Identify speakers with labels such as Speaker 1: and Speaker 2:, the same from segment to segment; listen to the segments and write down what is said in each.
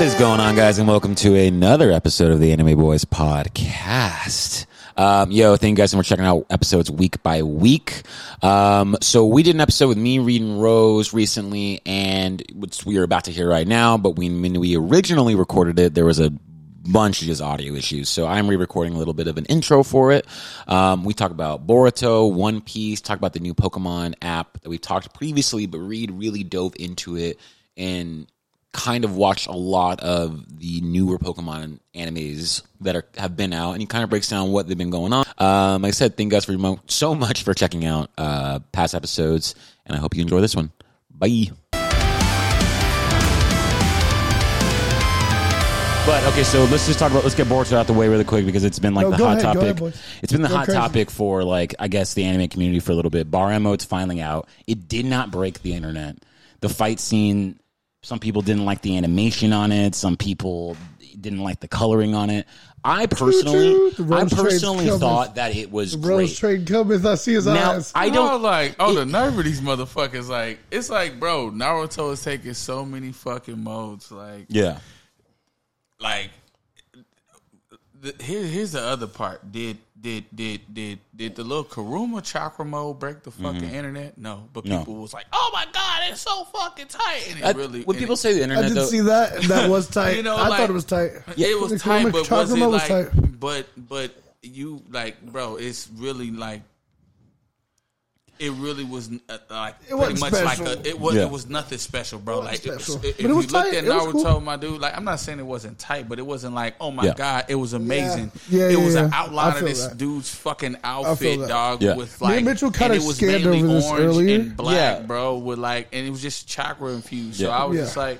Speaker 1: is going on, guys, and welcome to another episode of the Anime Boys podcast. Um, yo, thank you guys so much for checking out episodes week by week. Um, so we did an episode with me reading Rose recently, and which we are about to hear right now. But when, when we originally recorded it, there was a bunch of just audio issues. So I'm re-recording a little bit of an intro for it. Um, we talk about Boruto, One Piece, talk about the new Pokemon app that we talked previously, but Reed really dove into it and kind of watched a lot of the newer Pokemon animes that are have been out, and he kind of breaks down what they've been going on. Um, like I said, thank you guys for mo- so much for checking out uh, past episodes, and I hope you enjoy this one. Bye. But okay, so let's just talk about let's get Boruto out the way really quick because it's been like
Speaker 2: No,
Speaker 1: the
Speaker 2: go
Speaker 1: hot
Speaker 2: ahead, go
Speaker 1: topic.
Speaker 2: ahead, boys.
Speaker 1: it's been the
Speaker 2: Go
Speaker 1: hot
Speaker 2: crazy.
Speaker 1: topic for like I guess the anime community for a little bit. Bar emote's finally out. It did not break the internet. The fight scene. Some people didn't like the animation on it. Some people didn't like the coloring on it. I personally,
Speaker 2: The
Speaker 1: I
Speaker 2: Rose Train's
Speaker 1: personally
Speaker 2: coming.
Speaker 1: thought that it was
Speaker 2: Rose
Speaker 1: great.
Speaker 2: Train cometh, I see his
Speaker 1: Now
Speaker 2: eyes.
Speaker 1: I
Speaker 3: I don't
Speaker 1: don't
Speaker 3: like. Oh, the
Speaker 1: it-
Speaker 3: nerve of these motherfuckers! Like it's like, bro, Naruto is taking so many fucking modes. Like,
Speaker 1: Yeah.
Speaker 3: like the, here, here's the other part. Did did did did did the little Karuma chakra mode break the fucking internet? No, but
Speaker 1: Mm-hmm. No.
Speaker 3: people was like, oh my god, it's so fucking tight. And it
Speaker 1: I-
Speaker 3: really
Speaker 1: when
Speaker 3: and
Speaker 1: people
Speaker 3: it,
Speaker 1: say the
Speaker 2: I
Speaker 1: internet,
Speaker 2: did
Speaker 1: though,
Speaker 2: see that. That was tight.
Speaker 3: You know,
Speaker 2: I
Speaker 3: like-
Speaker 2: thought it was tight.
Speaker 3: it was
Speaker 2: The
Speaker 3: tight,
Speaker 2: Karuma
Speaker 3: but was
Speaker 2: chakra
Speaker 3: it
Speaker 2: mode was
Speaker 3: like?
Speaker 2: tight.
Speaker 3: But but you like, bro, it's really like. It really was uh, like
Speaker 2: It
Speaker 3: pretty
Speaker 2: wasn't
Speaker 3: much
Speaker 2: special.
Speaker 3: like a, it was
Speaker 1: Yeah.
Speaker 3: it was nothing special, bro. Like
Speaker 2: wasn't special.
Speaker 3: if, if
Speaker 2: But it was
Speaker 3: you looked
Speaker 2: tight.
Speaker 3: at
Speaker 2: It was
Speaker 3: Naruto,
Speaker 2: cool.
Speaker 3: my dude, like I'm not saying it wasn't tight, but it wasn't like oh my
Speaker 1: Yeah.
Speaker 3: god, it was amazing.
Speaker 2: Yeah,
Speaker 3: it
Speaker 2: yeah,
Speaker 3: was an
Speaker 2: yeah. I
Speaker 3: outline of
Speaker 2: feel
Speaker 3: this
Speaker 2: that.
Speaker 3: dude's fucking outfit,
Speaker 2: that.
Speaker 3: dog.
Speaker 1: Yeah.
Speaker 3: With
Speaker 2: Me and
Speaker 3: like
Speaker 2: Mitchell kinda
Speaker 3: and it was
Speaker 2: scanned
Speaker 3: mainly
Speaker 2: over this
Speaker 3: orange
Speaker 2: earlier.
Speaker 3: and black,
Speaker 1: Yeah.
Speaker 3: bro. With like and it was just chakra infused. So
Speaker 1: Yeah.
Speaker 3: I was
Speaker 2: Yeah.
Speaker 3: just like.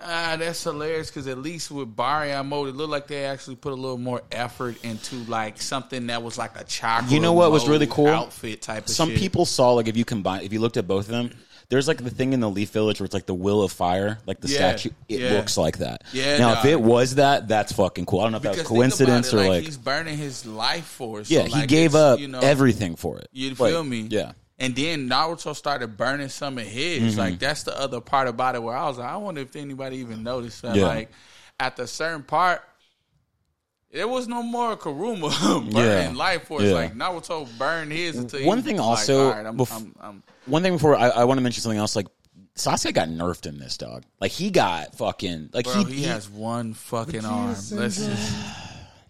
Speaker 3: Ah, that's hilarious because at least with Barrio mode, it looked like they actually put a little more effort into like something that was like a chakra.
Speaker 1: You know what was
Speaker 3: mode
Speaker 1: really cool?
Speaker 3: Outfit type of
Speaker 1: some
Speaker 3: shit.
Speaker 1: people saw like if you combine if you looked at both of them there's like the thing in the leaf village where it's like the will of fire like the
Speaker 3: Yeah,
Speaker 1: statue it
Speaker 3: yeah.
Speaker 1: looks like that
Speaker 3: Yeah,
Speaker 1: now if
Speaker 3: nah.
Speaker 1: it was that that's fucking cool i don't know if that was
Speaker 3: Because think about
Speaker 1: coincidence
Speaker 3: it,
Speaker 1: or like,
Speaker 3: he's burning his life force.
Speaker 1: yeah
Speaker 3: so,
Speaker 1: he
Speaker 3: like,
Speaker 1: gave
Speaker 3: it's,
Speaker 1: up
Speaker 3: you know,
Speaker 1: everything for it
Speaker 3: You
Speaker 1: Like,
Speaker 3: feel me?
Speaker 1: yeah Mm-hmm.
Speaker 3: And then Naruto started burning some of his. Like that's the other part about it where I was like, I wonder if anybody even noticed that.
Speaker 1: Yeah.
Speaker 3: Like at the certain part, there was no more Karuma burning
Speaker 1: Yeah.
Speaker 3: life force.
Speaker 1: Yeah.
Speaker 3: Like Naruto burned his until he
Speaker 1: One
Speaker 3: was
Speaker 1: thing
Speaker 3: like,
Speaker 1: also
Speaker 3: all right, I'm,
Speaker 1: bef-
Speaker 3: I'm, I'm,
Speaker 1: one thing before i, I want to mention something else like sasuke got nerfed in this dog like he got fucking like
Speaker 3: Bro,
Speaker 1: he,
Speaker 3: he, has one fucking arm. Let's
Speaker 2: syndrome.
Speaker 3: just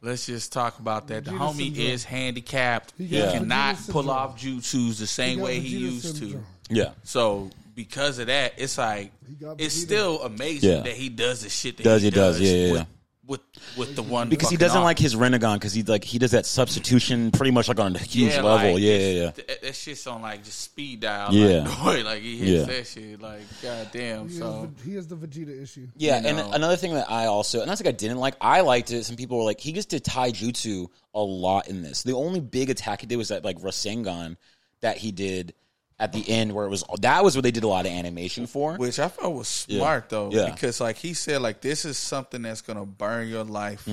Speaker 3: let's just talk about that. The
Speaker 2: Vegeta
Speaker 3: homie
Speaker 2: syndrome.
Speaker 3: is handicapped. He,
Speaker 2: got
Speaker 1: Yeah.
Speaker 3: cannot
Speaker 2: Vegeta
Speaker 3: pull
Speaker 2: syndrome.
Speaker 3: off jutsus the same
Speaker 2: got
Speaker 3: way he
Speaker 2: Vegeta
Speaker 3: used
Speaker 2: syndrome.
Speaker 3: to.
Speaker 1: yeah
Speaker 3: So because of that, it's like
Speaker 2: got
Speaker 3: it's
Speaker 2: Vegeta.
Speaker 3: still amazing
Speaker 1: Yeah.
Speaker 3: that he does the shit that
Speaker 1: Does,
Speaker 3: he
Speaker 1: he does.
Speaker 3: does.
Speaker 1: Yeah, yeah,
Speaker 3: with,
Speaker 1: yeah.
Speaker 3: with with the one
Speaker 1: because he
Speaker 3: fucking
Speaker 1: doesn't
Speaker 3: arm.
Speaker 1: like his renegon because he like he does that substitution pretty much like on a huge
Speaker 3: Yeah,
Speaker 1: level
Speaker 3: like,
Speaker 1: yeah
Speaker 3: it's-
Speaker 1: yeah yeah
Speaker 3: That, that shit's on like just speed dial.
Speaker 1: Yeah.
Speaker 3: like, boy, like he hits
Speaker 1: Yeah.
Speaker 3: that shit. Like goddamn.
Speaker 2: He is
Speaker 3: So
Speaker 2: the- He is the Vegeta issue.
Speaker 1: Yeah,
Speaker 3: you know?
Speaker 1: and another thing that I also, and that's like I didn't like, I liked it. Some people were like, he just did taijutsu a lot in this. The only big attack he did was that like Rasengan that he did at the end, where it was that was what they did a lot of animation for.
Speaker 3: Which I felt was smart though,
Speaker 1: Yeah.
Speaker 3: because like he said, like this is something that's gonna burn your life,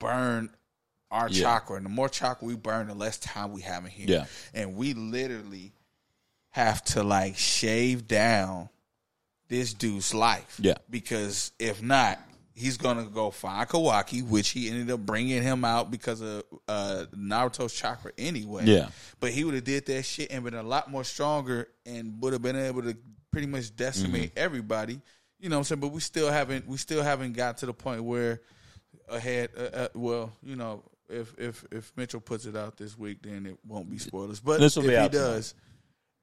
Speaker 3: burn our
Speaker 1: Mm-hmm. Yeah.
Speaker 3: chakra, and the more chakra we burn, the less time we have in here.
Speaker 1: Yeah.
Speaker 3: and we literally have to like shave down this dude's life.
Speaker 1: Yeah.
Speaker 3: because if not. He's gonna go find Kawaki, which he ended up bringing him out because of uh, Naruto's chakra anyway.
Speaker 1: Yeah.
Speaker 3: But he would have did that shit and been a lot more stronger and would have been able to pretty much decimate
Speaker 1: Mm-hmm.
Speaker 3: everybody. You know what I'm saying? But we still haven't we still haven't got to the point where ahead uh, uh, well, you know, if if if Mitchell puts it out this week then it won't be spoilers. But
Speaker 1: This will
Speaker 3: if
Speaker 1: be
Speaker 3: he
Speaker 1: out tomorrow.
Speaker 3: does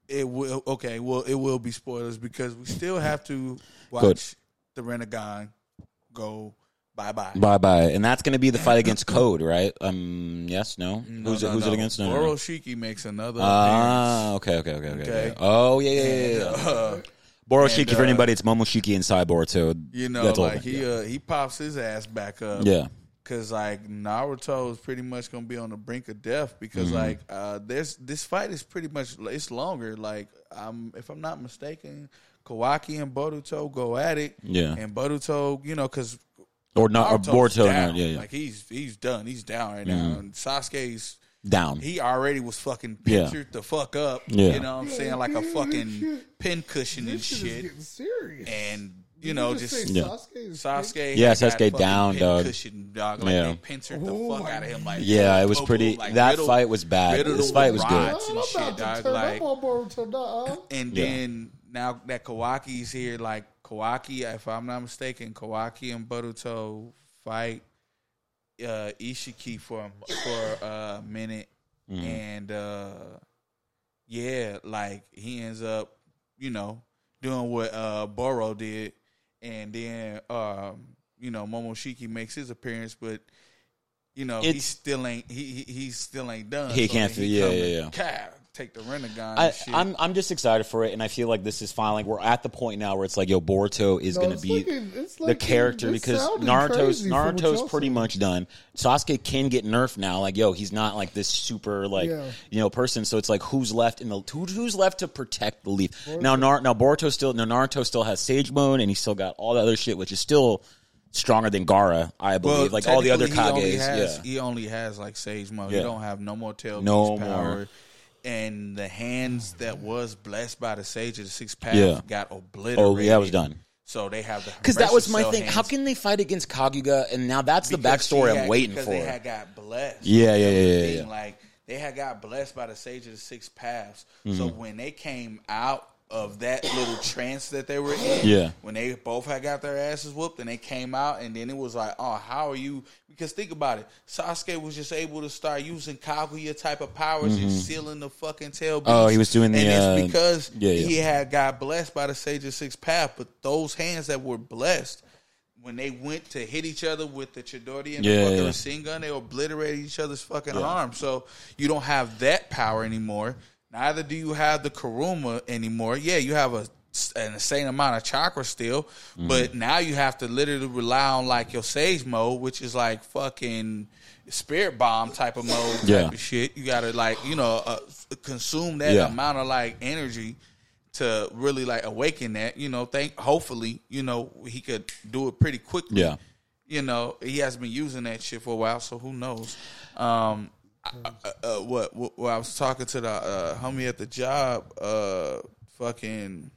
Speaker 3: it will okay, well it will be spoilers because we still have to watch
Speaker 1: Mm-hmm. Good.
Speaker 3: the Renegon go bye-bye.
Speaker 1: Bye bye, and that's going to be the fight against Code, right? Um, yes, no, who's it, who's it against? No, no, no.
Speaker 3: Oroshiki makes another
Speaker 1: Ah, okay, okay, okay, okay.
Speaker 3: Okay.
Speaker 1: yeah. Oh yeah, yeah, yeah. yeah.
Speaker 3: appearance. Uh,
Speaker 1: Boroshiki
Speaker 3: and,
Speaker 1: for
Speaker 3: uh,
Speaker 1: anybody, it's Momoshiki and Sai Boruto.
Speaker 3: You know,
Speaker 1: That's all
Speaker 3: like
Speaker 1: of it,
Speaker 3: he
Speaker 1: yeah.
Speaker 3: uh, he pops his ass back up.
Speaker 1: Yeah.
Speaker 3: Cause like Naruto is pretty much gonna be on the brink of death because
Speaker 1: Mm-hmm.
Speaker 3: like uh, there's this fight is pretty much it's longer. Like I'm if I'm not mistaken, Kawaki and Boruto go at it.
Speaker 1: Yeah. Uh,
Speaker 3: and Boruto, you know, cause
Speaker 1: or not, or
Speaker 3: Naruto's
Speaker 1: Boruto,
Speaker 3: down.
Speaker 1: no, yeah, yeah,
Speaker 3: like he's he's done, he's down right now. And Sasuke's
Speaker 1: down.
Speaker 3: he already was fucking
Speaker 1: Yeah.
Speaker 3: pictured the fuck up.
Speaker 1: Yeah.
Speaker 3: you know what I'm saying like a fucking pin cushion and
Speaker 2: This shit is
Speaker 3: shit
Speaker 2: getting serious.
Speaker 3: and you know,
Speaker 2: You
Speaker 3: just,
Speaker 2: say
Speaker 1: Yeah.
Speaker 2: Sasuke is
Speaker 3: Sasuke.
Speaker 1: Yeah,
Speaker 3: had got
Speaker 1: Sasuke
Speaker 3: fucking
Speaker 1: down,
Speaker 3: pin
Speaker 1: dog.
Speaker 3: Cushion, dog. Like
Speaker 1: Yeah.
Speaker 3: they pincered the
Speaker 2: Oh
Speaker 3: fuck
Speaker 2: my
Speaker 3: out of him. Like
Speaker 1: Yeah, it was
Speaker 3: Bobo,
Speaker 1: pretty.
Speaker 3: like,
Speaker 1: that
Speaker 3: riddled-
Speaker 1: fight was bad.
Speaker 3: riddled
Speaker 1: This
Speaker 3: with
Speaker 1: fight was good.
Speaker 3: rods.
Speaker 2: Well,
Speaker 3: and
Speaker 2: I'm
Speaker 3: shit,
Speaker 2: about to
Speaker 3: dog,
Speaker 2: turn
Speaker 3: like-
Speaker 2: up on board till now.
Speaker 3: And
Speaker 1: Yeah.
Speaker 3: then now that Kawaki's here, like Kawaki, if I'm not mistaken, Kawaki and Boruto fight uh, Ishiki for a, for a minute,
Speaker 1: Mm.
Speaker 3: and uh, yeah, like he ends up, you know, doing what uh, Boro did, and then um, you know Momoshiki makes his appearance, but. You know he
Speaker 1: It's-
Speaker 3: still ain't he, he he still ain't done.
Speaker 1: He can't
Speaker 3: then
Speaker 1: feel-
Speaker 3: come
Speaker 1: yeah,
Speaker 3: and
Speaker 1: yeah, yeah.
Speaker 3: ca- Take the Renegon.
Speaker 1: I,
Speaker 3: and shit.
Speaker 1: I'm I'm just excited for it, and I feel like this is finally we're at the point now where it's like, yo, Boruto is
Speaker 2: No,
Speaker 1: going
Speaker 2: it's
Speaker 1: to be
Speaker 2: looking- it's
Speaker 1: the
Speaker 2: looking-
Speaker 1: character
Speaker 2: it's
Speaker 1: because
Speaker 2: sounding
Speaker 1: Naruto's
Speaker 2: crazy from what
Speaker 1: Naruto's
Speaker 2: y'all
Speaker 1: pretty
Speaker 2: said.
Speaker 1: much done. Sasuke can get nerfed now, like yo, he's not like this super like
Speaker 2: Yeah.
Speaker 1: you know person. So it's like who's left in the who, who's left to protect the leaf now. Nar, now Boruto still now Naruto still has Sage Moon, and he's still got all the other shit, which is still stronger than Gaara, I believe. like all the other
Speaker 3: technically,
Speaker 1: Kages,
Speaker 3: he only has,
Speaker 1: yeah.
Speaker 3: He only has like Sage Mode.
Speaker 1: Yeah.
Speaker 3: He don't have no more tail
Speaker 1: No
Speaker 3: beast
Speaker 1: more.
Speaker 3: power. And the hands that was blessed by the Sage of the Six Path
Speaker 1: Yeah.
Speaker 3: got obliterated.
Speaker 1: oh yeah, it was done.
Speaker 3: So they have the
Speaker 1: Because that was my
Speaker 3: Harassel
Speaker 1: thing.
Speaker 3: hands
Speaker 1: How can they fight against Kaguya? And now that's the
Speaker 3: because
Speaker 1: backstory
Speaker 3: she
Speaker 1: I'm
Speaker 3: had-
Speaker 1: waiting
Speaker 3: because
Speaker 1: for.
Speaker 3: They had got blessed.
Speaker 1: Yeah, yeah, yeah,
Speaker 3: That was the
Speaker 1: yeah, yeah.
Speaker 3: thing, Like they had got blessed by the Sage of the Six Paths. So
Speaker 1: Mm-hmm.
Speaker 3: when they came out of that little trance that they were in,
Speaker 1: Yeah.
Speaker 3: when they both had got their asses whooped and they came out, and then it was like, oh, how are you? Because think about it, Sasuke was just able to start using Kaguya type of powers and sealing the fucking tail. Beast.
Speaker 1: Mm-hmm. Oh, he was doing the,
Speaker 3: and
Speaker 1: uh,
Speaker 3: it's because
Speaker 1: yeah, yeah.
Speaker 3: he had got blessed by the Sage of Six Path, but those hands that were blessed when they went to hit each other with the Chidori and
Speaker 1: Yeah,
Speaker 3: the fucking
Speaker 1: yeah.
Speaker 3: Rasengan, gun, they obliterated each other's fucking arm. So you don't have that power anymore. Neither do you have the Karuma anymore. Yeah, you have a an insane amount of chakra still,
Speaker 1: Mm-hmm.
Speaker 3: but now you have to literally rely on like your Sage mode, which is like fucking spirit bomb type of mode type
Speaker 1: Yeah.
Speaker 3: of shit. You gotta like you know uh, consume that
Speaker 1: Yeah.
Speaker 3: amount of like energy to really like awaken that. You know, think hopefully you know he could do it pretty quickly.
Speaker 1: Yeah.
Speaker 3: You know, he has been using that shit for a while, so who knows? Um, I, I- uh, what, what? What I was talking to the uh, homie at the job, uh, fucking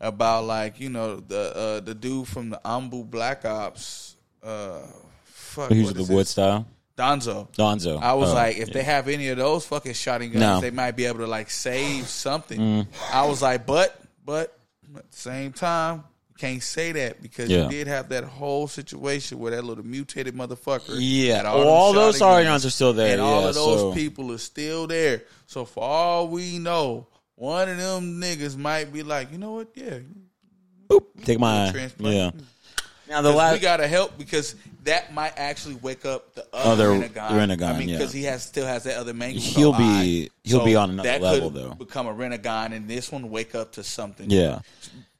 Speaker 3: about like you know the uh, the dude from the Ambu Black Ops, uh, fuck,
Speaker 1: Who's
Speaker 3: what
Speaker 1: the
Speaker 3: is
Speaker 1: wood
Speaker 3: his-
Speaker 1: style?
Speaker 3: Donzo.
Speaker 1: Donzo.
Speaker 3: I was
Speaker 1: Oh,
Speaker 3: like, if they have any of those fucking shotting guns,
Speaker 1: No. Mm.
Speaker 3: they might be able to like save something. I was like, but but at the same time, you can't say that because
Speaker 1: Yeah.
Speaker 3: you did have that whole situation where that little mutated motherfucker.
Speaker 1: Yeah,
Speaker 3: had
Speaker 1: all,
Speaker 3: them
Speaker 1: those
Speaker 3: shotgun guns,
Speaker 1: Saurons are still there.
Speaker 3: and all
Speaker 1: yeah,
Speaker 3: of those
Speaker 1: so-
Speaker 3: people are still there. So for all we know, one of them niggas might be like, you know what? Yeah,
Speaker 1: Take my eye.
Speaker 3: transplant.
Speaker 1: Yeah. Now the
Speaker 3: we
Speaker 1: last.
Speaker 3: gotta help because that might actually wake up the
Speaker 1: Other
Speaker 3: other, Renegon.
Speaker 1: Renegon,
Speaker 3: I mean,
Speaker 1: yeah.
Speaker 3: because he has still has that other mango.
Speaker 1: He'll be- he'll be on another
Speaker 3: that
Speaker 1: level,
Speaker 3: could
Speaker 1: though.
Speaker 3: Become a Renegon, and this one wake up to something.
Speaker 1: Yeah.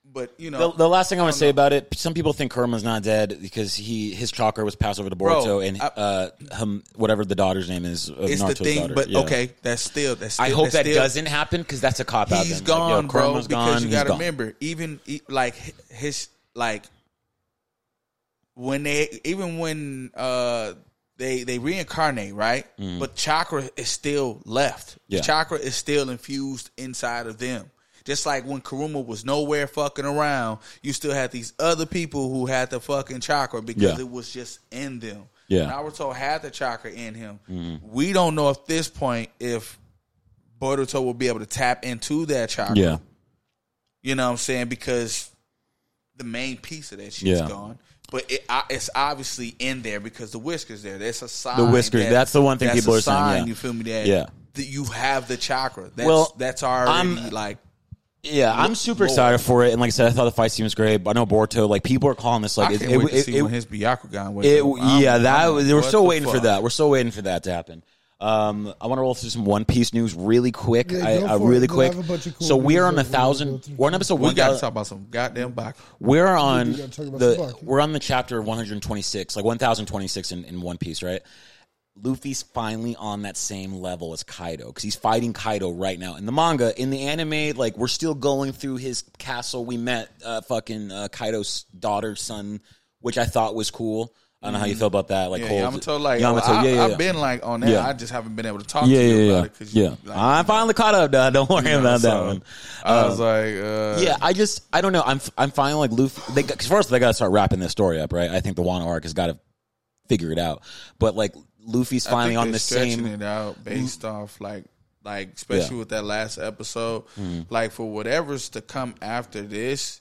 Speaker 3: but you
Speaker 1: The,
Speaker 3: know,
Speaker 1: the last thing I want to say about it, some people think Kurman's not dead because he his chakra was passed over to Boruto
Speaker 3: Bro,
Speaker 1: and
Speaker 3: I-
Speaker 1: uh, him, whatever the daughter's name is. Of
Speaker 3: it's the
Speaker 1: Naruto's
Speaker 3: thing.
Speaker 1: daughter.
Speaker 3: But
Speaker 1: Yeah.
Speaker 3: okay, that's still that's. Still,
Speaker 1: I hope
Speaker 3: that's
Speaker 1: that
Speaker 3: still,
Speaker 1: doesn't happen because that's a cop out.
Speaker 3: He's
Speaker 1: then. Like, yo,
Speaker 3: gone, bro.
Speaker 1: Kurama's
Speaker 3: Because
Speaker 1: gone,
Speaker 3: you
Speaker 1: he's
Speaker 3: gotta
Speaker 1: gone.
Speaker 3: remember, even e- like hi- his like when they even when uh they they reincarnate, right? But chakra is still left.
Speaker 1: Mm. Yeah.
Speaker 3: Chakra is still infused inside of them. Just like when Karuma was nowhere fucking around, you still had these other people who had the fucking chakra because
Speaker 1: Yeah.
Speaker 3: it was just in them.
Speaker 1: Yeah. Mm.
Speaker 3: Naruto had the chakra in him. We don't know at this point if Boruto will be able to tap into that chakra.
Speaker 1: Yeah.
Speaker 3: You know what I'm saying? Because the main piece of that shit's
Speaker 1: Yeah.
Speaker 3: gone. But it, I, it's obviously in there because the whiskers there. That's a sign.
Speaker 1: The whiskers,
Speaker 3: that-
Speaker 1: that's the one thing
Speaker 3: that's
Speaker 1: people
Speaker 3: a
Speaker 1: are saying,
Speaker 3: sign,
Speaker 1: yeah.
Speaker 3: You feel me? That,
Speaker 1: Yeah.
Speaker 3: that you have the chakra. That's,
Speaker 1: Well,
Speaker 3: that's already
Speaker 1: I'm-
Speaker 3: like
Speaker 1: Yeah, I'm super
Speaker 3: Lord.
Speaker 1: excited for it. And like I said, I thought the fight scene was great. But I know Borto, like people are calling this like
Speaker 3: I
Speaker 1: it,
Speaker 3: can't
Speaker 1: it,
Speaker 3: wait to
Speaker 1: it-
Speaker 3: see
Speaker 1: it-
Speaker 3: when his Byakugan. went
Speaker 1: it-
Speaker 3: through. I'm-
Speaker 1: yeah, that
Speaker 3: I'm-
Speaker 1: was, they were
Speaker 3: what
Speaker 1: still
Speaker 3: the
Speaker 1: waiting for
Speaker 3: fuck?
Speaker 1: that. We're still waiting for that to happen. Um, I want to roll through some One Piece news really quick.
Speaker 2: Yeah,
Speaker 1: I,
Speaker 2: go
Speaker 1: I
Speaker 2: for it.
Speaker 1: really
Speaker 2: Then I
Speaker 1: quick.
Speaker 2: have a bunch of cool
Speaker 1: so we're on
Speaker 2: news that
Speaker 1: a
Speaker 2: we wanna go
Speaker 1: thousand.
Speaker 2: through.
Speaker 1: We're on episode
Speaker 3: We
Speaker 1: one.
Speaker 3: got
Speaker 1: thousand-
Speaker 3: to talk about some goddamn Baki.
Speaker 1: we're on
Speaker 2: gotta talk about
Speaker 1: the
Speaker 2: Tsubaki.
Speaker 1: we're on the chapter of 126, like 1026 in, in One Piece, right? Luffy's finally on that same level as Kaido because he's fighting Kaido right now in the manga. In the anime, like we're still going through his castle. We met uh, fucking uh, Kaido's daughter, son, which I thought was cool. I don't know how you feel about that. Like
Speaker 3: Mm-hmm. Yeah,
Speaker 1: cold.
Speaker 3: Yamato, like
Speaker 1: Yamato,
Speaker 3: oh, I,
Speaker 1: yeah, yeah, yeah.
Speaker 3: I've been like on that.
Speaker 1: Yeah.
Speaker 3: I just haven't been able to talk
Speaker 1: yeah,
Speaker 3: to you
Speaker 1: yeah,
Speaker 3: about
Speaker 1: yeah.
Speaker 3: it because
Speaker 1: yeah.
Speaker 3: you, like,
Speaker 1: I finally caught up. Though. Don't worry about that
Speaker 3: so
Speaker 1: one. Um,
Speaker 3: I was like, uh,
Speaker 1: Yeah, I just I don't know. I'm I'm finding like Luffy. They, cause first they got to start wrapping this story up, right? I think the Wano arc has got to figure it out. But like Luffy's
Speaker 3: I think
Speaker 1: finally on
Speaker 3: they're
Speaker 1: the
Speaker 3: stretching
Speaker 1: same. Mm.
Speaker 3: it out based off like like especially with that last episode
Speaker 1: Mm.
Speaker 3: like for whatever's to come after this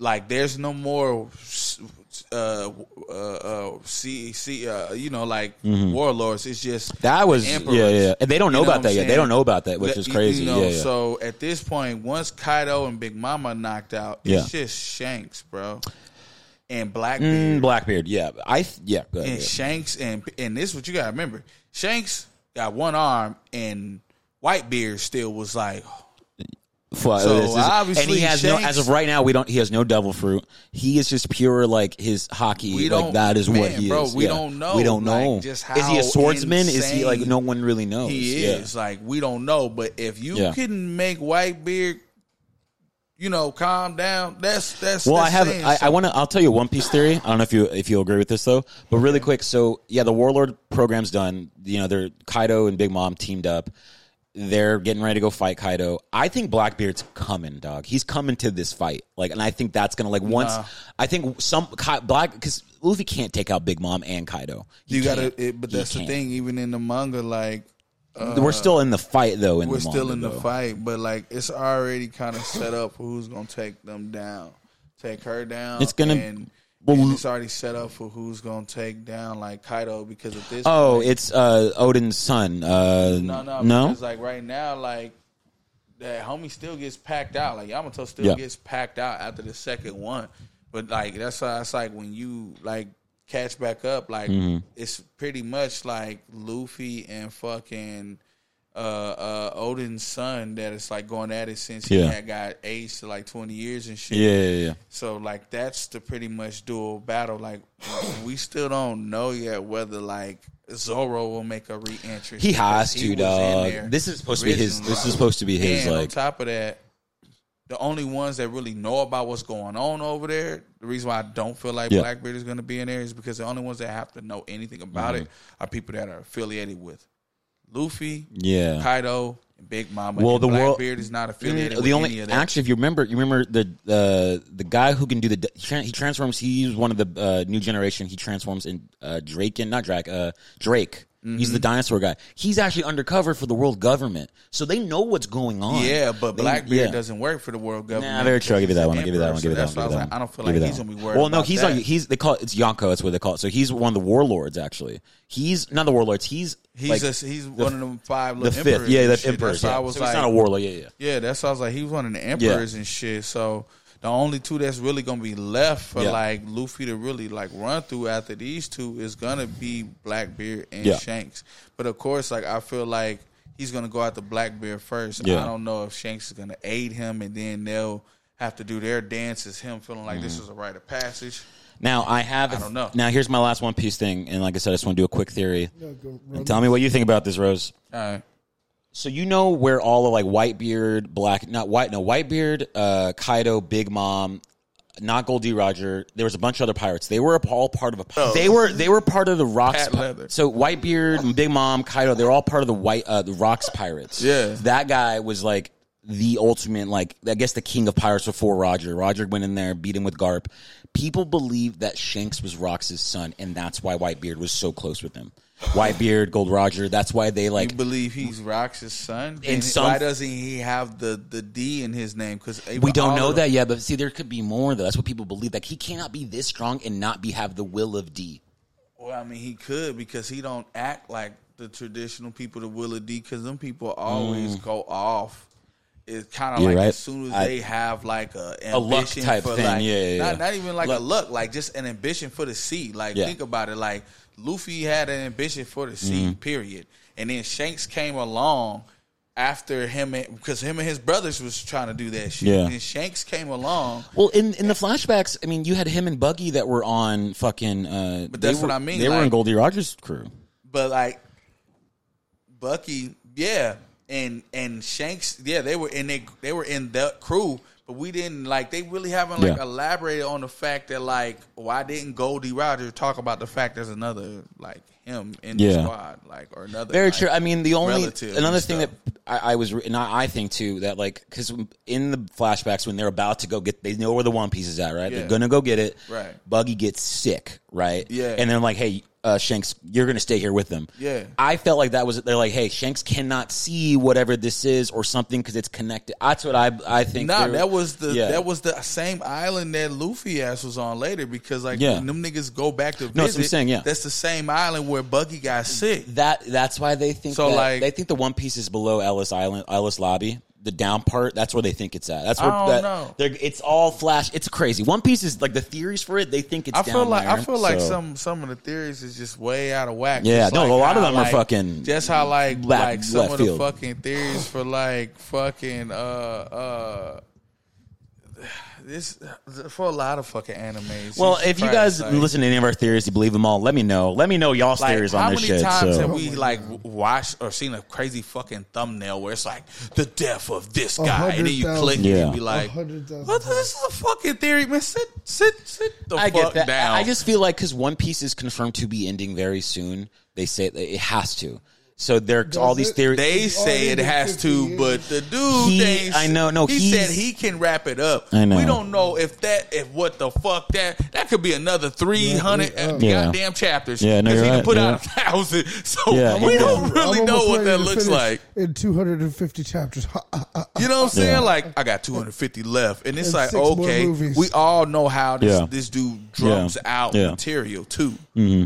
Speaker 3: like there's no more uh uh, uh see see uh you know like warlords it's just
Speaker 1: Mm-hmm. That was
Speaker 3: the
Speaker 1: yeah,
Speaker 3: emperors.
Speaker 1: yeah, yeah. And they don't know
Speaker 3: You know
Speaker 1: about
Speaker 3: what
Speaker 1: that
Speaker 3: I'm
Speaker 1: yet. They
Speaker 3: saying?
Speaker 1: don't know about that, which
Speaker 3: That-
Speaker 1: is
Speaker 3: you
Speaker 1: crazy.
Speaker 3: know,
Speaker 1: yeah, yeah.
Speaker 3: so at this point once Kaido and Big Mama knocked out it's just Shanks bro and Blackbeard
Speaker 1: Mm, Blackbeard. Yeah, I th- yeah. Go ahead,
Speaker 3: and Shanks and and this is what you gotta remember. Shanks got one arm and Whitebeard still was like
Speaker 1: yeah. Fuck,
Speaker 3: so
Speaker 1: uh, this is- and
Speaker 3: obviously
Speaker 1: he has no.
Speaker 3: Shanks-
Speaker 1: As of right now, we don't. He has no devil fruit. He is just pure like his hockey.
Speaker 3: We
Speaker 1: like
Speaker 3: don't-
Speaker 1: that is what
Speaker 3: man,
Speaker 1: he
Speaker 3: bro,
Speaker 1: is.
Speaker 3: we
Speaker 1: yeah.
Speaker 3: don't know,
Speaker 1: We don't
Speaker 3: like,
Speaker 1: know.
Speaker 3: just
Speaker 1: is he
Speaker 3: how
Speaker 1: a swordsman? Is he like
Speaker 3: insane
Speaker 1: no one really knows?
Speaker 3: he
Speaker 1: Oh, Yeah.
Speaker 3: is. Like we don't know. But if you
Speaker 1: Yeah.
Speaker 3: can make Whitebeard, you know, calm down, that's that's
Speaker 1: Well, I
Speaker 3: that's
Speaker 1: have.
Speaker 3: saying
Speaker 1: I, I
Speaker 3: something.
Speaker 1: want to. I'll tell you one piece theory. I don't know if you if you agree with this though, but really quick. So yeah, the warlord program's done. You know, they're Kaido and Big Mom teamed up. They're getting ready to go fight Kaido. I think Blackbeard's coming, dog. He's coming to this fight. Like, and I think that's gonna like once. I think some Kai, Black because Luffy can't take out Big Mom and Kaido. He
Speaker 3: you gotta
Speaker 1: can't.
Speaker 3: it, but
Speaker 1: He
Speaker 3: that's the
Speaker 1: can't.
Speaker 3: thing, even in the manga, like
Speaker 1: we're still in the fight though. In
Speaker 3: we're
Speaker 1: the
Speaker 3: still
Speaker 1: manga,
Speaker 3: in the
Speaker 1: though.
Speaker 3: fight, but like it's already kind of set up who's gonna take them down, take her down.
Speaker 1: It's gonna-
Speaker 3: and,
Speaker 1: well,
Speaker 3: and it's already set up for who's gonna take down like Kaido because of this.
Speaker 1: Oh, it's uh, Odin's son. Uh,
Speaker 3: no, no,
Speaker 1: no.
Speaker 3: Because like right now, like that homie still gets packed out. Like Yamato still
Speaker 1: Yeah.
Speaker 3: gets packed out after the second one. But like that's why it's like when you like catch back up, like
Speaker 1: Mm-hmm.
Speaker 3: it's pretty much like Luffy and fucking uh uh Odin's son that it's like going at it since he
Speaker 1: Yeah.
Speaker 3: had got aged to like twenty years and shit.
Speaker 1: Yeah, yeah, yeah.
Speaker 3: So like that's the pretty much dual battle. Like we still don't know yet whether like Zoro will make a re-entry.
Speaker 1: He has
Speaker 3: He
Speaker 1: to,
Speaker 3: was in
Speaker 1: dog.
Speaker 3: there
Speaker 1: This is supposed to be his.
Speaker 3: originally.
Speaker 1: This is supposed to be his.
Speaker 3: And on
Speaker 1: like,
Speaker 3: top of that, the only ones that really know about what's going on over there. The reason why I don't feel like
Speaker 1: Yeah.
Speaker 3: Blackbeard is going to be in there is because the only ones that have to know anything about it
Speaker 1: Mm-hmm.
Speaker 3: are people that are affiliated with Luffy,
Speaker 1: yeah.
Speaker 3: Kaido, and Big Mama.
Speaker 1: Well,
Speaker 3: and
Speaker 1: the world-
Speaker 3: Blackbeard is not
Speaker 1: Mm,
Speaker 3: affiliated. with
Speaker 1: the
Speaker 3: any
Speaker 1: only
Speaker 3: of that.
Speaker 1: actually, if you remember, you remember the uh, the guy who can do the d- tran- he transforms. He's one of the uh, new generation. He transforms in uh, Draken, not Drake. Uh, Drake. He's
Speaker 3: Mm-hmm.
Speaker 1: the dinosaur guy. He's actually undercover for the world government, so they know what's going on.
Speaker 3: Yeah, but
Speaker 1: They-
Speaker 3: Blackbeard
Speaker 1: yeah.
Speaker 3: doesn't work for the world government.
Speaker 1: Nah, very true. I'll give you that
Speaker 3: He's
Speaker 1: one.
Speaker 3: an
Speaker 1: I'll give you that one. I'll give you
Speaker 3: emperor,
Speaker 1: that
Speaker 3: so
Speaker 1: one. I'll give
Speaker 3: that's
Speaker 1: you
Speaker 3: why
Speaker 1: that
Speaker 3: I
Speaker 1: one.
Speaker 3: was like, I
Speaker 1: Give you
Speaker 3: don't feel
Speaker 1: that
Speaker 3: like he's
Speaker 1: one.
Speaker 3: gonna be worried.
Speaker 1: Well, no,
Speaker 3: about
Speaker 1: he's
Speaker 3: that.
Speaker 1: on. He's they call it's Yonko. That's what they call it. So he's one of the warlords. Actually, he's not the warlords. He's
Speaker 3: He's
Speaker 1: like,
Speaker 3: just he's one of them five
Speaker 1: the
Speaker 3: little
Speaker 1: fifth.
Speaker 3: emperors.
Speaker 1: Yeah,
Speaker 3: and
Speaker 1: the
Speaker 3: shit.
Speaker 1: emperors.
Speaker 3: That's why
Speaker 1: yeah.
Speaker 3: I was
Speaker 1: so
Speaker 3: like,
Speaker 1: he's not a warlord. Yeah, yeah.
Speaker 3: yeah, that's why I was like, he was one of the emperors and shit. So the only two that's really gonna be left for
Speaker 1: Yeah.
Speaker 3: like Luffy to really like run through after these two is gonna be Blackbeard and
Speaker 1: Yeah.
Speaker 3: Shanks. But of course, like I feel like he's gonna go after Blackbeard first.
Speaker 1: Yeah.
Speaker 3: I don't know if Shanks is gonna aid him, and then they'll have to do their dances. Him feeling like
Speaker 1: Mm-hmm.
Speaker 3: this is a rite of passage.
Speaker 1: Now I have.
Speaker 3: don't know.
Speaker 1: Now here's my last one piece thing, and like I said, I just want to do a quick theory.
Speaker 2: No, go
Speaker 1: And
Speaker 2: run.
Speaker 1: tell me what you think about this, Rose.
Speaker 3: All right.
Speaker 1: So you know where all of like Whitebeard, Black, not White, no Whitebeard, uh, Kaido, Big Mom, not Goldie Roger. There was a bunch of other pirates. They were all part of a. They were they were part of the Rocks.
Speaker 3: Pat
Speaker 1: pi-
Speaker 3: Leather.
Speaker 1: So Whitebeard, Big Mom, Kaido, they were all part of the White uh, the Rocks Pirates.
Speaker 3: Yeah.
Speaker 1: that guy was like the ultimate, like I guess the king of pirates before Roger. Roger went in there, beat him with Garp. People believed that Shanks was Rox's son, and that's why Whitebeard was so close with him. Whitebeard, Gold Roger. That's why they like
Speaker 3: You believe he's Rox's son?
Speaker 1: In
Speaker 3: And
Speaker 1: some-
Speaker 3: why doesn't he have the, the D in his name? Because
Speaker 1: We don't know that yet, but see, there could be more though. That's what people believe. Like he cannot be this strong and not be have the will of D.
Speaker 3: Well, I mean, he could because he don't act like the traditional people to Willa D. Because them people always go off. It's kind of
Speaker 1: You're
Speaker 3: like
Speaker 1: Mm. right.
Speaker 3: as soon as
Speaker 1: I-
Speaker 3: they have like a ambition
Speaker 1: luck type
Speaker 3: for
Speaker 1: thing.
Speaker 3: like
Speaker 1: Yeah, yeah,
Speaker 3: not
Speaker 1: yeah.
Speaker 3: not even like
Speaker 1: Luck.
Speaker 3: a luck, like just an ambition for the sea. Like
Speaker 1: Yeah.
Speaker 3: think about it, like Luffy had an ambition for the
Speaker 1: Mm-hmm.
Speaker 3: sea, period. And then Shanks came along after him because him and his brothers was trying to do that shit.
Speaker 1: Yeah.
Speaker 3: And then Shanks came along
Speaker 1: Well, in in the flashbacks, I mean, you had him and Buggy that were on fucking. Uh,
Speaker 3: But
Speaker 1: they
Speaker 3: that's what
Speaker 1: were-
Speaker 3: I mean,
Speaker 1: They were in
Speaker 3: like-
Speaker 1: Goldie Rogers' crew.
Speaker 3: But like Bucky, yeah, and and Shanks, yeah, they were in they they were in the crew, we didn't like they really haven't like
Speaker 1: Yeah.
Speaker 3: elaborated on the fact that like why didn't Goldie Roger talk about the fact there's another like him in the
Speaker 1: Yeah.
Speaker 3: squad like or another
Speaker 1: Very
Speaker 3: like,
Speaker 1: true. I mean, the only
Speaker 3: relative and
Speaker 1: another thing
Speaker 3: stuff.
Speaker 1: that I, I was, re- and I, I think too that like because in the flashbacks when they're about to go get, they know where the One Piece is at, right?
Speaker 3: Yeah.
Speaker 1: They're gonna go get it.
Speaker 3: Right.
Speaker 1: Buggy gets sick, right?
Speaker 3: Yeah.
Speaker 1: And they're like, hey. Uh, Shanks, you're gonna stay here with them.
Speaker 3: Yeah.
Speaker 1: I felt like that was they're like, hey, Shanks cannot see whatever this is or something because it's connected. That's what I I think.
Speaker 3: Nah,
Speaker 1: they're-
Speaker 3: that was the
Speaker 1: Yeah.
Speaker 3: that was the same island that Luffy ass was on later because like
Speaker 1: Yeah.
Speaker 3: when them niggas go back to visit.
Speaker 1: No, that's what I'm saying, yeah.
Speaker 3: that's the same island where Buggy got sick.
Speaker 1: that that's why they think
Speaker 3: So,
Speaker 1: that-
Speaker 3: like-
Speaker 1: they think the One Piece is below Ellis Island, Ellis Lobby. The down part, that's where they think it's at. That's where
Speaker 3: I don't
Speaker 1: that,
Speaker 3: know.
Speaker 1: they're- it's all flash. It's crazy. One Piece is like the theories for it. They think it's.
Speaker 3: I feel
Speaker 1: down
Speaker 3: like I
Speaker 1: there,
Speaker 3: feel like
Speaker 1: so-
Speaker 3: some some of the theories is just way out of whack.
Speaker 1: Yeah,
Speaker 3: Just
Speaker 1: no,
Speaker 3: like
Speaker 1: a lot of
Speaker 3: how,
Speaker 1: them are
Speaker 3: like-
Speaker 1: fucking
Speaker 3: just how like
Speaker 1: left-
Speaker 3: like some
Speaker 1: left
Speaker 3: of the
Speaker 1: field.
Speaker 3: fucking theories for like fucking uh uh this for a lot of fucking animes.
Speaker 1: Well,
Speaker 3: Jesus
Speaker 1: if you guys
Speaker 3: Christ, like-
Speaker 1: listen to any of our theories, you believe them all. Let me know. Let me know y'all's
Speaker 3: Like,
Speaker 1: theories
Speaker 3: how
Speaker 1: on this
Speaker 3: many
Speaker 1: shit.
Speaker 3: times
Speaker 1: so.
Speaker 3: have we like w- watched or seen a crazy fucking thumbnail where it's like the death of this
Speaker 2: A
Speaker 3: guy, and then you click and
Speaker 1: Yeah.
Speaker 3: you be like, "What?
Speaker 2: hundred thousand.
Speaker 3: This is a fucking theory, man. Sit, sit, sit the
Speaker 1: I get
Speaker 3: fuck
Speaker 1: that.
Speaker 3: down."
Speaker 1: I just feel like because One Piece is confirmed to be ending very soon. They say that it has to. So there's all these
Speaker 2: it?
Speaker 1: theories.
Speaker 3: They
Speaker 2: It's
Speaker 3: say
Speaker 2: already
Speaker 3: it
Speaker 2: been
Speaker 3: has
Speaker 2: 50
Speaker 3: to,
Speaker 2: years.
Speaker 3: but the dude,
Speaker 1: He-
Speaker 3: they-
Speaker 1: I know, no,
Speaker 3: he
Speaker 1: he's-
Speaker 3: said he can wrap it up.
Speaker 1: I know.
Speaker 3: We don't know if that, if what the fuck that that could be another three hundred
Speaker 2: Yeah,
Speaker 1: yeah.
Speaker 3: goddamn chapters.
Speaker 1: Yeah, no,
Speaker 3: 'cause
Speaker 1: you're
Speaker 3: he
Speaker 1: right,
Speaker 3: can put
Speaker 1: yeah.
Speaker 3: out a thousand, so
Speaker 1: Yeah,
Speaker 3: we
Speaker 1: yeah.
Speaker 3: don't
Speaker 1: I'm
Speaker 3: really
Speaker 2: I'm
Speaker 3: know
Speaker 2: almost
Speaker 3: what
Speaker 2: ready
Speaker 3: that
Speaker 2: to
Speaker 3: looks
Speaker 2: finish
Speaker 3: like.
Speaker 2: in 250 chapters.
Speaker 3: You know what I'm saying?
Speaker 1: Yeah.
Speaker 3: Like I got 250 left, and it's
Speaker 2: And
Speaker 3: like
Speaker 2: six more
Speaker 3: okay,
Speaker 2: movies.
Speaker 3: we all know how this
Speaker 1: Yeah.
Speaker 3: this dude drums
Speaker 1: Yeah.
Speaker 3: out
Speaker 1: Yeah. Mm-hmm.
Speaker 3: material too.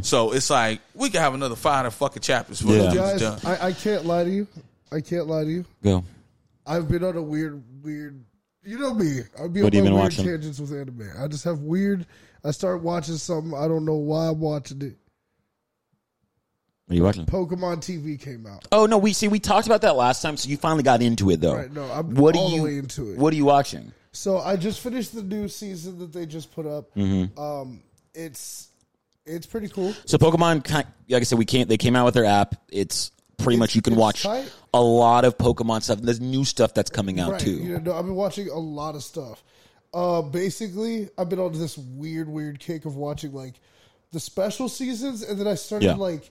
Speaker 3: So it's like we can have another 500 fucking chapters before
Speaker 1: Yeah.
Speaker 3: this dude's
Speaker 2: Guys,
Speaker 3: done.
Speaker 2: I, I can't lie to you. I can't lie to you.
Speaker 1: Go.
Speaker 2: I've been on a weird, weird. You know me. I've been
Speaker 1: What
Speaker 2: on
Speaker 1: you
Speaker 2: my
Speaker 1: been
Speaker 2: weird
Speaker 1: watching?
Speaker 2: tangents with anime. I just have weird. I start watching something. I don't know why I'm watching it.
Speaker 1: What are you watching?
Speaker 2: Pokemon TV came out.
Speaker 1: Oh no, we see we talked about that last time, so you finally got into it though.
Speaker 2: Right, no, I'm
Speaker 1: what
Speaker 2: all
Speaker 1: are
Speaker 2: the
Speaker 1: you
Speaker 2: way into it.
Speaker 1: What are you watching?
Speaker 2: So I just finished the new season that they just put up.
Speaker 1: Mm-hmm.
Speaker 2: Um, it's it's pretty cool.
Speaker 1: So Pokemon, ki- like I said, we can't. They came out with their app. It's pretty much you can
Speaker 2: it's
Speaker 1: watch
Speaker 2: tight.
Speaker 1: a lot of Pokemon stuff. There's new stuff that's coming out
Speaker 2: Right.
Speaker 1: too.
Speaker 2: You know, I've been watching a lot of stuff. Uh, basically, I've been on this weird, weird kick of watching like the special seasons, and then I started
Speaker 1: Yeah.
Speaker 2: like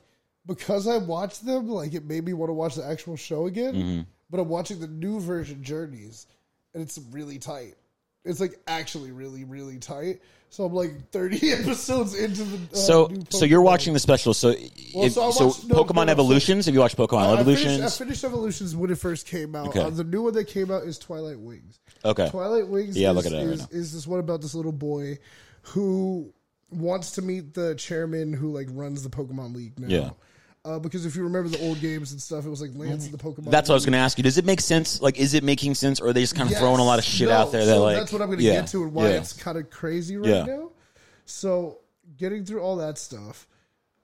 Speaker 2: because I watched them, like it made me want to watch the actual show again.
Speaker 1: Mm-hmm.
Speaker 2: But I'm watching the new version, Journeys, and it's really tight. It's like actually really, really tight. So I'm like 30 episodes into the. Uh,
Speaker 1: so,
Speaker 2: new
Speaker 1: so you're
Speaker 2: Pokemon.
Speaker 1: watching the special. So, if-
Speaker 2: so
Speaker 1: so,
Speaker 2: I watched- no,
Speaker 1: Pokemon
Speaker 2: no, so-
Speaker 1: Evolutions. Have you watched Pokemon
Speaker 2: I finished-
Speaker 1: Evolutions?
Speaker 2: I finished, Evolutions when it first came out.
Speaker 1: Okay.
Speaker 2: Uh, the new one that came out is Twilight Wings.
Speaker 1: Okay.
Speaker 2: Twilight Wings
Speaker 1: Yeah,
Speaker 2: is,
Speaker 1: look at it right
Speaker 2: is,
Speaker 1: now.
Speaker 2: is this one about this little boy who wants to meet the chairman who like runs the Pokemon League now.
Speaker 1: Yeah.
Speaker 2: Uh, because if you remember the old games and stuff, it was like Lance of the Pokemon.
Speaker 1: that's what I was
Speaker 2: League.
Speaker 1: going to ask you. Does it make sense? Like, is it making sense, or are they just kind of
Speaker 2: Yes.
Speaker 1: throwing a lot of shit
Speaker 2: No,
Speaker 1: out there?
Speaker 2: so
Speaker 1: that like
Speaker 2: that's what I'm going to
Speaker 1: yeah,
Speaker 2: get to and why
Speaker 1: yeah.
Speaker 2: it's kind of crazy right
Speaker 1: Yeah.
Speaker 2: now. So getting through all that stuff,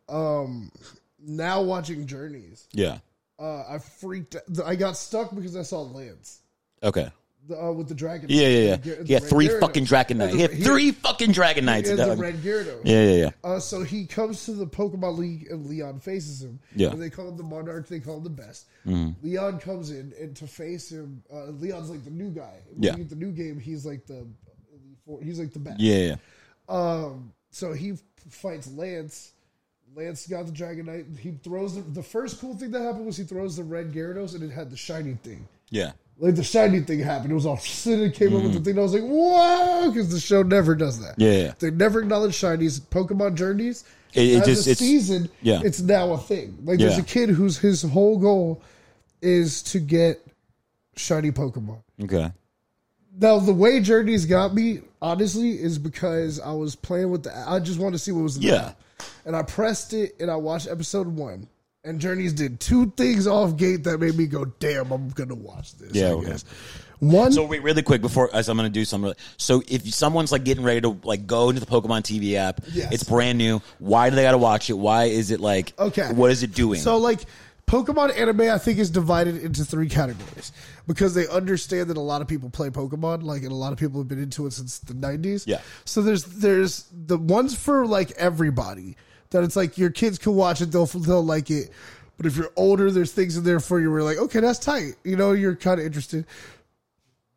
Speaker 2: um, now watching Journeys,
Speaker 1: yeah.
Speaker 2: uh, I freaked. I got stuck because I saw Lance.
Speaker 1: Okay.
Speaker 2: the, uh, with the dragon.
Speaker 1: Yeah, yeah, yeah.
Speaker 2: The
Speaker 1: Yeah,
Speaker 2: Gyar- the red
Speaker 1: three
Speaker 2: Gyarados.
Speaker 1: fucking Dragonite.
Speaker 2: And the-
Speaker 1: He had
Speaker 2: he-
Speaker 1: three fucking Dragonites.
Speaker 2: And the
Speaker 1: dog.
Speaker 2: red Gyarados.
Speaker 1: Yeah, yeah, yeah.
Speaker 2: Uh, so he comes to the Pokemon League and Leon faces him.
Speaker 1: Yeah. Mm-hmm.
Speaker 2: And they call him the Monarch. They call him the best. Leon comes in and to face him. Uh, Leon's like the new guy. When
Speaker 1: Yeah.
Speaker 2: you get the new game, he's like the he's like the best.
Speaker 1: Yeah, yeah.
Speaker 2: Um, so he f- fights Lance. Lance got the Dragonite. He throws the, the first cool thing that happened was he throws the red Gyarados and it had the shiny thing.
Speaker 1: Yeah.
Speaker 2: Like the shiny thing happened. It was all and it came up with the thing. I was like, wow, because the show never does that.
Speaker 1: Mm. Yeah, yeah.
Speaker 2: They never acknowledge shinies. Pokemon Journeys,
Speaker 1: It- it
Speaker 2: as
Speaker 1: just-
Speaker 2: a
Speaker 1: it's-
Speaker 2: season,
Speaker 1: yeah.
Speaker 2: it's now a thing. Like there's
Speaker 1: Yeah.
Speaker 2: a kid whose his whole goal is to get shiny Pokemon.
Speaker 1: Okay.
Speaker 2: Now the way Journeys got me, honestly, is because I was playing with the I just wanted to see what was in the
Speaker 1: Yeah.
Speaker 2: app. And I pressed it and I watched episode one. And Journeys did two things off gate that made me go, damn, I'm gonna watch this.
Speaker 1: Yeah,
Speaker 2: I
Speaker 1: okay.
Speaker 2: guess. One
Speaker 1: So wait, really quick before as I'm going to do something. really- So if someone's like getting ready to like go into the Pokemon TV app,
Speaker 2: Yes.
Speaker 1: it's brand new. Why do they got to watch it? Why is it like
Speaker 2: Okay.
Speaker 1: What is it doing?
Speaker 2: So like Pokemon anime I think is divided into three categories because they understand that a lot of people play Pokemon like and a lot of people have been into it since the 90s.
Speaker 1: Yeah.
Speaker 2: So there's there's the ones for like everybody that it's like your kids can watch it they'll they'll like it. But if you're older there's things in there for you where you're like okay that's tight. You know you're kind of interested. Then